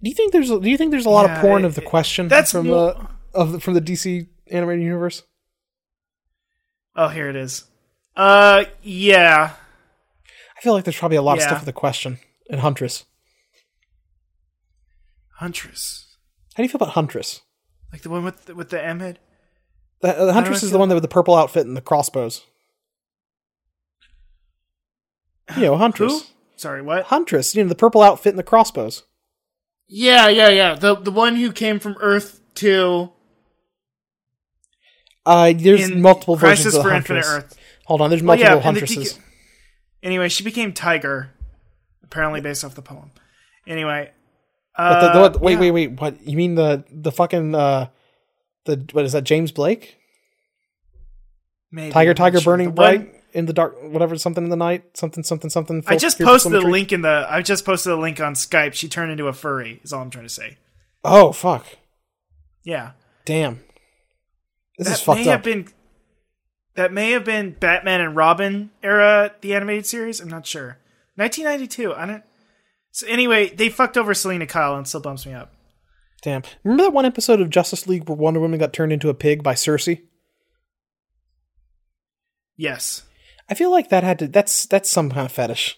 S2: Do you think there's a, do you think there's a lot of
S1: Yeah,
S2: porn
S1: it-
S2: of the question
S1: that's
S2: from
S1: mo-
S2: the of the, from the DC animated universe?
S1: Oh, here it is. Uh, yeah.
S2: I feel like there's probably a lot of
S1: Yeah.
S2: stuff with the question and Huntress.
S1: Huntress.
S2: How do you feel about Huntress?
S1: Like the one with the, with the M head?
S2: The, uh, Huntress
S1: I
S2: is the
S1: feel-
S2: one that with the purple outfit and
S1: *sighs*
S2: the crossbows. You know,
S1: Who?
S2: Huntress.
S1: Sorry, what?
S2: Huntress, you know, the purple outfit and the crossbows.
S1: Yeah, yeah, yeah. The the one who came from Earth to
S2: Uh, there's
S1: in
S2: multiple
S1: Crisis
S2: versions of
S1: for
S2: Huntress.
S1: Infinite Earth.
S2: Hold on, there's
S1: Well, yeah,
S2: multiple
S1: and the
S2: Huntresses.
S1: Tiki- Anyway, she became Tiger, apparently based off the poem. Anyway,
S2: But
S1: uh,
S2: the- the what- wait,
S1: yeah.
S2: wait, wait. What you mean the the fucking uh, the what is that? James Blake,
S1: Maybe,
S2: Tiger,
S1: I'm
S2: Tiger,
S1: not sure.
S2: Burning
S1: The one-
S2: Bright, in the dark, whatever, something in the night, something, something, something.
S1: I
S2: full-
S1: just
S2: pure
S1: posted the
S2: symmetry.
S1: link in the. I just posted a link on Skype. She turned into a furry. Is all I'm trying to say.
S2: Oh fuck!
S1: Yeah,
S2: Damn, this
S1: that
S2: is fucked
S1: may have
S2: up.
S1: been. That may have been Batman and Robin era, the animated series. I'm not sure. 1992. I don't. So anyway, they fucked over Selena Kyle and still bumps me up.
S2: Damn. Remember that one episode of Justice League where Wonder Woman got turned into a pig by Cersei?
S1: Yes.
S2: I feel like that had to. That's that's some kind of fetish.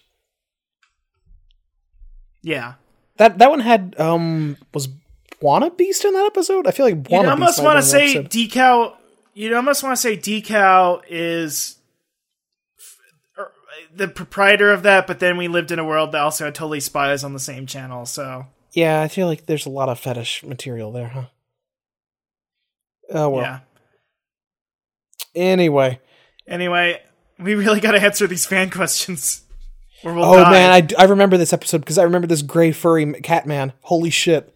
S1: Yeah.
S2: That that one had um was Buana Beast in that episode. I feel like Buana
S1: You'd
S2: Beast
S1: almost
S2: might
S1: want to
S2: have been in
S1: say
S2: that episode.
S1: decal. You'd almost want to say decal is f- er, the proprietor of that, but then we lived in a world that also had totally spies on the same channel. So
S2: Yeah, I feel like there's a lot of fetish material there, huh? Oh well.
S1: yeah.
S2: Anyway.
S1: Anyway, we really got to answer these fan *laughs* questions. Or we'll
S2: oh
S1: die.
S2: man, I, d- I remember this episode because I remember this gray furry m- cat man. Holy shit!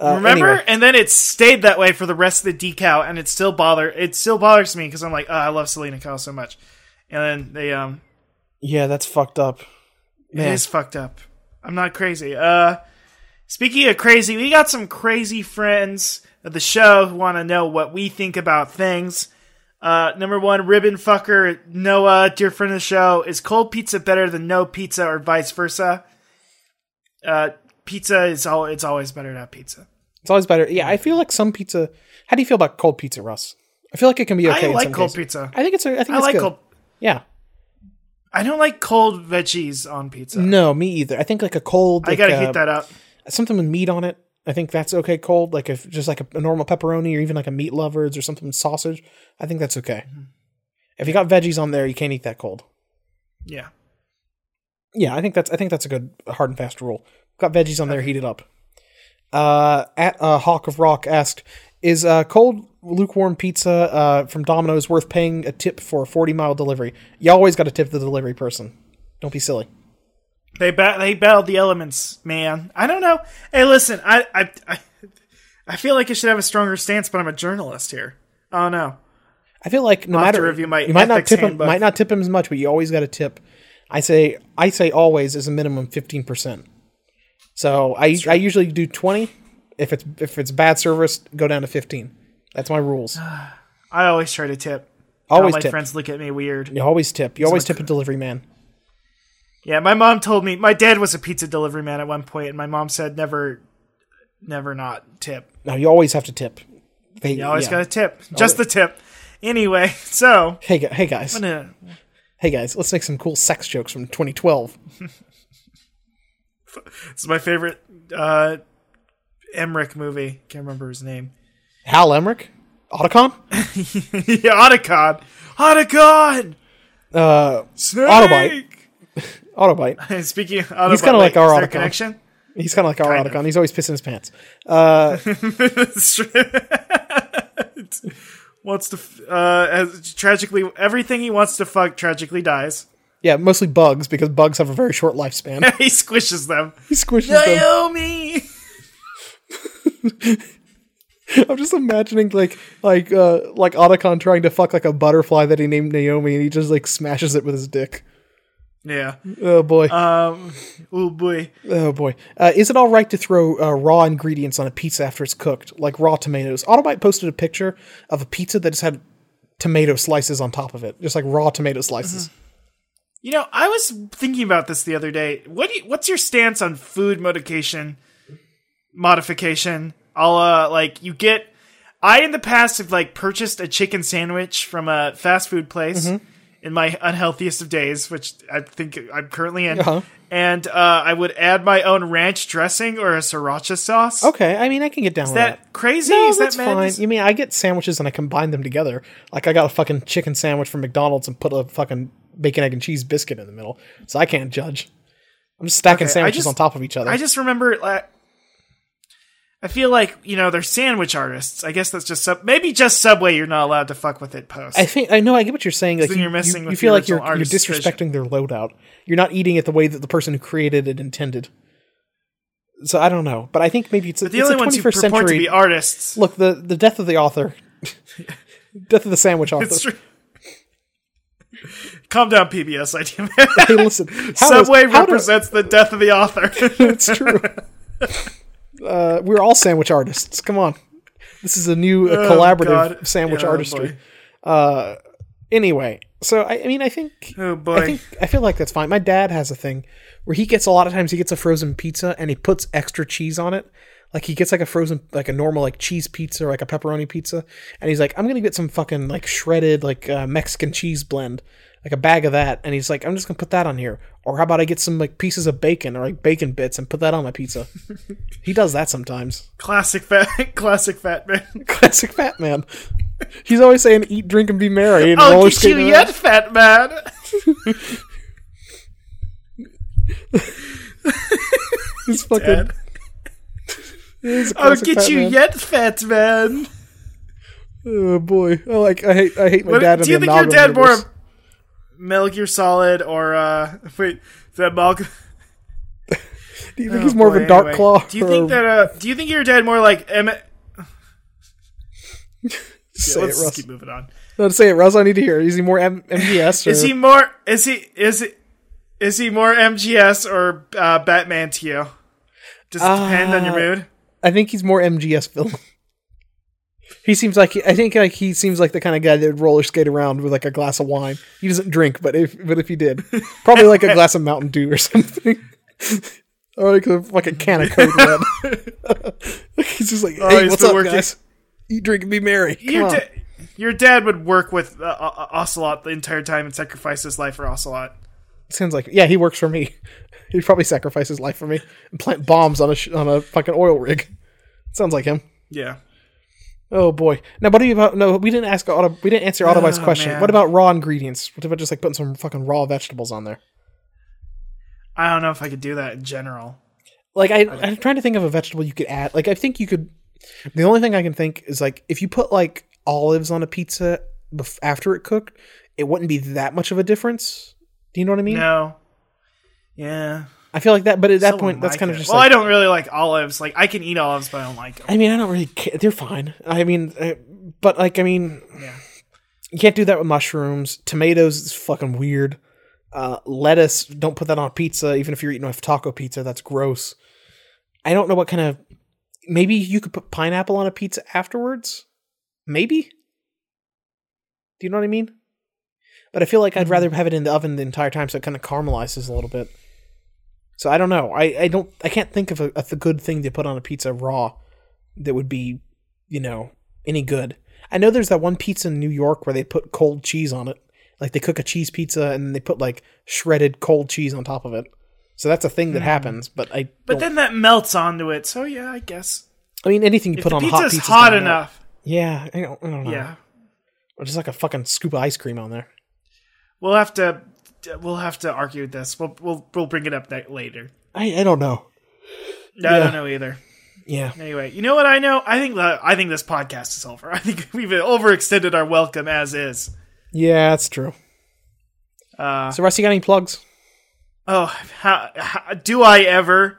S2: Uh,
S1: remember?
S2: anyway.
S1: And then it stayed that way for the rest of the decal, and it still bother it still bothers me because I'm like, oh, I love Selena Kyle so much, and then they um
S2: Yeah, that's fucked up. Man.
S1: It is fucked up. I'm not crazy. Uh, speaking of crazy, we got some crazy friends of the show who want to know what we think about things. Uh, number one, ribbon fucker Noah, dear friend of the show, is cold pizza better than no pizza or vice versa? Uh, pizza is all. It's always better to have pizza.
S2: It's always better. Yeah, I feel like some pizza. How do you feel about cold pizza, Russ? I feel like it can be okay.
S1: I
S2: in
S1: like
S2: some
S1: cold
S2: cases.
S1: pizza.
S2: I think it's. A, I think
S1: I
S2: it's
S1: like
S2: good.
S1: cold.
S2: Yeah.
S1: I don't like cold veggies on pizza.
S2: No, me either. I think like a cold.
S1: I
S2: like,
S1: gotta
S2: uh,
S1: heat that up.
S2: Something with meat on it. I think that's okay cold. Like if just like a, a normal pepperoni or even like a meat lovers or something with sausage. I think that's okay. If you got veggies on there, you can't eat that cold.
S1: Yeah.
S2: Yeah, I think that's I think that's a good hard and fast rule. Got veggies on there, heat it up. Uh, at uh, Hawk of Rock asked, "Is uh, cold lukewarm pizza uh, from Domino's worth paying a tip for a forty mile delivery? You always got to tip the delivery person. Don't be silly.
S1: They bat they battled the elements, man. I don't know. Hey, listen, I I I, I feel like I should have a stronger stance, but I'm a journalist here. Oh no.
S2: I feel like no
S1: I'll have
S2: matter
S1: to review my
S2: you might not
S1: ethics
S2: tip him,
S1: handbook.
S2: might not tip him as much, but you always got to tip. I say I say always is a minimum fifteen percent. So I I usually do twenty. If it's if it's bad service, go down to fifteen. That's
S1: *sighs*
S2: my rules.
S1: I always try to tip. Now
S2: Always
S1: my
S2: tip.
S1: friends look at me weird.
S2: You always tip. You always tip a delivery man.
S1: Yeah, my mom told me my dad was a pizza delivery man at one point, and my mom said never, never not tip.
S2: No, you always have to tip. They,
S1: You always
S2: yeah.
S1: got to tip, just the tip. Anyway, *laughs* so
S2: Hey, gu- hey guys.
S1: I'm gonna-
S2: Hey guys. Let's make some cool sex jokes from 2012.
S1: this is my favorite uh, Emmerich movie. Can't remember his name.
S2: Hal Emmerich, Otacon,
S1: *laughs* yeah, Otacon. Otacon.
S2: uh,
S1: Snake!
S2: Autobite. Autobite.
S1: And *laughs* speaking of Autobot,
S2: He's kinda like
S1: wait,
S2: our
S1: is there a
S2: Autobot.
S1: connection.
S2: He's kind of like our
S1: Kind of.
S2: Otacon. He's always pissing his pants.
S1: It's true. It's- *laughs* wants to f- uh, as tragically everything he wants to fuck tragically dies. *laughs*
S2: Yeah, mostly bugs because bugs have a very short lifespan.
S1: he squishes them.
S2: he *laughs* squishes them.
S1: Naomi.
S2: I'm just imagining like like uh like Otacon trying to fuck like a butterfly that he named Naomi, and he just like smashes it with his dick.
S1: Yeah.
S2: Oh boy.
S1: Um. Oh boy.
S2: Oh boy, uh, is it all right to throw uh, raw ingredients on a pizza after it's cooked, like raw tomatoes? Autobite posted a picture of a pizza that just had tomato slices on top of it, just like raw tomato slices.
S1: You know, I was thinking about this the other day. What do you, what's your stance on food modification? Modification, a la like you get. I in the past have like purchased a chicken sandwich from a fast food place
S2: Mm-hmm.
S1: in my unhealthiest of days, which I think I'm currently in,
S2: Uh-huh.
S1: and uh, I would add my own ranch dressing or a sriracha sauce.
S2: Okay, I mean I can get down with
S1: Is
S2: that.
S1: that crazy?
S2: No,
S1: Is
S2: that's
S1: that
S2: fine.
S1: madness?
S2: You mean I get sandwiches and I combine them together? Like I got a fucking chicken sandwich from McDonald's and put a fucking bacon, egg, and cheese biscuit in the middle, so I can't judge. I'm just stacking
S1: Okay, I
S2: sandwiches
S1: just-
S2: on top of each other.
S1: I just remember like I feel like you know they're sandwich artists. I guess that's just sub- maybe just Subway. You're not allowed to fuck with it post.
S2: I think I know. I get what you're saying. Like
S1: then
S2: you,
S1: you're messing
S2: you,
S1: with
S2: you
S1: the
S2: feel like you're,
S1: original
S2: you're
S1: artist's vision.
S2: disrespecting their loadout. You're not eating it the way that the person who created it intended. So I don't know, but I think maybe it's, a-
S1: the
S2: it's
S1: only
S2: a
S1: ones who
S2: 21st
S1: purport
S2: century.
S1: to be
S2: *laughs*
S1: artists.
S2: Look, the
S1: *laughs*
S2: the death of the author, death of the sandwich author.
S1: It's true. Calm down, PBS idea man.
S2: Hey, listen. how does-
S1: Subway
S2: how does-
S1: represents the death of the author.
S2: *laughs* It's true. Uh, we're all sandwich artists. Come on. This is a new uh, collaborative
S1: Oh, God.
S2: sandwich
S1: Yeah, oh,
S2: artistry.
S1: boy.
S2: Uh, anyway, so I, I mean, I think
S1: Oh
S2: I
S1: boy.
S2: think I feel like that's fine. My dad has a thing where he gets a lot of times he gets a frozen pizza and he puts extra cheese on it. Like he gets like a frozen like a normal like cheese pizza or like a pepperoni pizza and he's like I'm going to get some fucking like shredded like uh, Mexican cheese blend, like a bag of that and he's like I'm just going to put that on here or how about I get some like pieces of bacon or like bacon bits and put that on my
S1: *laughs*
S2: pizza. he does that sometimes. *laughs*
S1: Classic fat classic fat man.
S2: Classic fat man. He's always saying eat, drink and be merry and
S1: I'll
S2: roller
S1: get Oh, you
S2: skate
S1: yet,
S2: around.
S1: fat man.
S2: He's fucking
S1: Dad.
S2: he's a
S1: I'll
S2: classic
S1: get
S2: fat
S1: you
S2: man.
S1: yet, fat man.
S2: Oh boy! I like I hate I hate my
S1: What-
S2: dad.
S1: do you
S2: and the
S1: think your dad more
S2: amalgam
S1: of Metal Gear Solid or uh wait that Malcolm?
S2: neighbors. Do you think he's more of a dark claw?
S1: Oh, Do you
S2: or-
S1: think that? Uh, do you think your dad more like M?
S2: say it,
S1: Let's just
S2: Russ.
S1: keep moving on.
S2: No, say it, Russ. I need to hear. Is he more M- MGS? Or...
S1: Is he more? Is he? Is it? Is he more MGS or uh, Batman to you? Does it depend on your
S2: Uh,
S1: mood?
S2: I think he's more MGS villain. he seems like I think like he seems like the kind of guy that would roller skate around with like a glass of wine. He doesn't drink, but if but if he did, probably like a glass of Mountain Dew or something. *laughs* Or like a fucking can of Code
S1: *laughs*
S2: Red. he's just like, hey,
S1: Oh, he's
S2: what's
S1: been
S2: up,
S1: working-
S2: guys? Eat, drink, and be merry. Come
S1: Your,
S2: on.
S1: da- your dad would work with uh, O- Ocelot the entire time and sacrifice his life for Ocelot.
S2: Sounds like yeah, he works for me. *laughs* He'd probably sacrifice his life for me and plant bombs on a sh- on a fucking oil rig. *laughs* Sounds like him.
S1: Yeah.
S2: Oh boy. Now, what do you about? No, we didn't ask Auto. We didn't answer Autobot's
S1: Oh,
S2: question.
S1: man.
S2: What about raw ingredients? What about just like putting some fucking raw vegetables on there?
S1: I don't know if I could do that in general.
S2: Like I, I'm trying to think of a vegetable you could add. Like I think you could. The only thing I can think is like if you put like olives on a pizza bef- after it cooked, it wouldn't be that much of a difference. Do you know what I mean?
S1: No. Yeah.
S2: I feel like that, but at that
S1: Someone
S2: point, that's
S1: might
S2: kind of
S1: get it.
S2: just
S1: Well,
S2: like,
S1: I don't really like olives. Like I can eat olives, but I don't like them.
S2: I mean, I don't really care. They're fine. I mean, uh, but like, I mean,
S1: Yeah.
S2: you can't do that with mushrooms. Tomatoes is fucking weird. Uh, lettuce, don't put that on pizza, even if you're eating off taco pizza. That's gross. I don't know what kind of. Maybe you could put pineapple on a pizza afterwards? Maybe? Do you know what I mean? But I feel like I'd rather have it in the oven the entire time so it kind of caramelizes a little bit. So I don't know. I, I don't I can't think of a, a th- good thing to put on a pizza raw that would be, you know, any good. I know there's that one pizza in New York where they put cold cheese on it. Like they cook a cheese pizza and they put like shredded cold cheese on top of it. So that's a thing that happens, but I
S1: But
S2: don't-
S1: then that melts onto it, so yeah, I guess.
S2: I mean anything you
S1: If
S2: put
S1: the
S2: on
S1: pizza's
S2: hot
S1: hot,
S2: pizza
S1: enough,
S2: Yeah, I don't, I don't know.
S1: yeah,
S2: Or just like a fucking scoop of ice cream on there.
S1: we'll have to we'll have to argue with this. We'll we'll we'll bring it up that later.
S2: I, I don't know.
S1: No, I
S2: Yeah.
S1: don't know either.
S2: Yeah.
S1: Anyway, you know what I know? I think that I think this podcast is over. *laughs* I think we've overextended our welcome as is.
S2: Yeah, that's true.
S1: Uh,
S2: So Rusty got any plugs?
S1: oh, how, how, do I ever?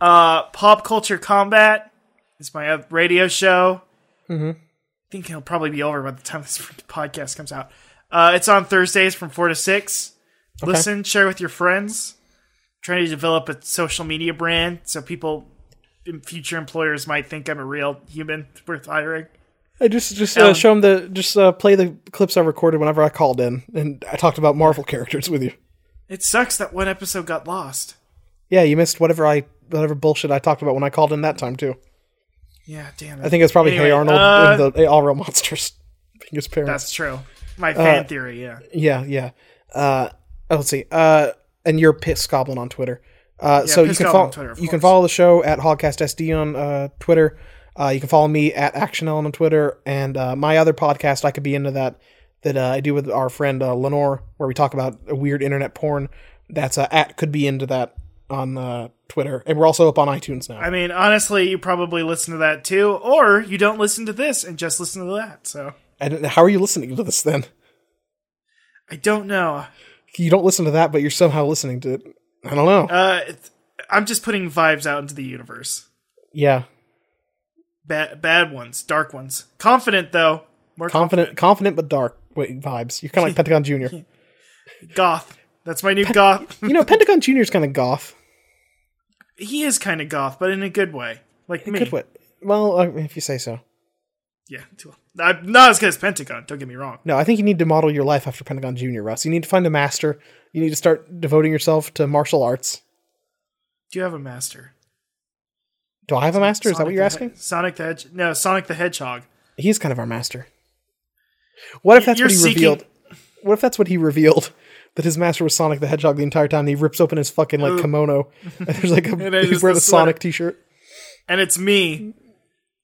S1: Uh, Pop Culture Combat is my oth- radio show.
S2: Mhm.
S1: I think it'll probably be over by the time this *laughs* podcast comes out. Uh, it's on Thursdays from four to six. Listen, share with your friends. trying to develop a social media brand so people, future employers, might think I'm a real human *laughs* worth hiring.
S2: I just just uh,
S1: Um,
S2: show him the just uh, play the clips I recorded whenever I called in and I talked about Marvel characters with you.
S1: It sucks that one episode got lost.
S2: Yeah, you missed whatever I whatever bullshit I talked about when I called in that time too.
S1: Yeah, damn it.
S2: I think it's probably Hey
S1: Anyway,
S2: Arnold
S1: uh,
S2: and the hey, All Real Monsters. being his parents.
S1: that's true.
S2: Uh,
S1: My fan theory, yeah.
S2: Yeah, yeah. Uh, oh, let's see. Uh, and you're Piss Goblin on Twitter. Uh, so you
S1: Piss
S2: can
S1: Goblin
S2: follow
S1: on Twitter, of
S2: you can
S1: course.
S2: follow the show at HogcastSD on uh, Twitter. Uh, you can follow me at Action Ellen on Twitter and uh, my other podcast. I could be into that that uh, I do with our friend uh, Lenore, where we talk about weird internet porn. That's uh, at could be into that on uh, Twitter, and we're also up on iTunes now.
S1: I mean, honestly, you probably listen to that too, or you don't listen to this and just listen to that. So
S2: and how are you listening to this then?
S1: I don't know.
S2: You don't listen to that, but you're somehow listening to it. I don't know.
S1: Uh, it- I'm just putting vibes out into the universe.
S2: yeah,
S1: Bad, bad ones, dark ones. Confident though, more confident.
S2: confident, confident but dark wait, vibes. You're kind of like Pentagon Junior.
S1: Goth. That's my new goth.
S2: You know, Pentagon Junior's kind of goth.
S1: He is kind of goth, but in a good way. Like me.
S2: Good what? Well, uh, if you say so.
S1: Yeah. too- I'm not as good as Pentagon. Don't get me wrong.
S2: No, I think you need to model your life after Pentagon Junior, Russ. You need to find a master. You need to start devoting yourself to martial arts.
S1: Do you have a master?
S2: Do I have a master? Is that what
S1: Sonic
S2: you're
S1: the
S2: asking?
S1: He- Sonic the Hedge. No, Sonic the Hedgehog.
S2: He's kind of our master. What if that's
S1: You're
S2: what he
S1: seeking-
S2: revealed? What if that's what he revealed? *laughs* That his master was Sonic the Hedgehog the entire time. And he rips open his fucking
S1: *laughs*
S2: like kimono, and there's like a
S1: it
S2: he's
S1: is
S2: wearing
S1: the
S2: a Sonic T-shirt.
S1: And it's me.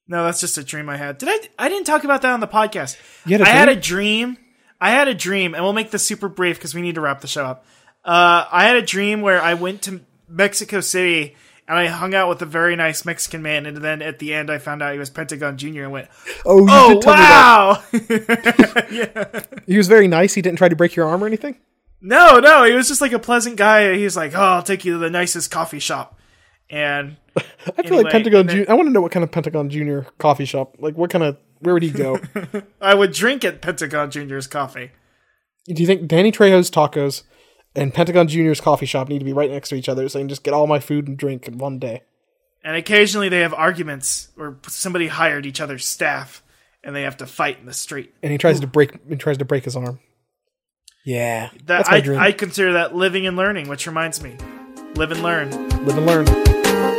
S1: No, that's just a dream I had. Did I? I didn't talk about that on the podcast.
S2: You had a
S1: I had a
S2: dream?
S1: dream. I had a dream, and we'll make this super brief because we need to wrap the show up. Uh, I had a dream where I went to Mexico City and I hung out with a very nice Mexican man, and then at the end I found out he was Pentagon Junior and went,
S2: Oh, you
S1: "Oh
S2: did *laughs* tell me that.
S1: wow!" *laughs*
S2: He was very nice. He didn't try to break your arm or anything.
S1: No, no, he was just like a pleasant guy. He was like, "Oh, I'll take you to the nicest coffee shop," and
S2: I feel
S1: Anyway,
S2: like Pentagon.
S1: and
S2: Junior. I want to know what kind of Pentagon Junior coffee shop. Like, what kind of where would he
S1: *laughs*
S2: go? Do
S1: I would drink at Pentagon Junior's coffee.
S2: you think Danny Trejo's tacos and Pentagon Junior's coffee shop need to be right next to each other so I can just get all my food and drink in one day?
S1: And occasionally they have arguments or somebody hired each other's staff and they have to fight in the street.
S2: And he tries to break. He tries to break his arm. Yeah,
S1: That
S2: that's my
S1: I,
S2: dream.
S1: I consider that living and learning, which reminds me. Live and learn.
S2: Live and learn.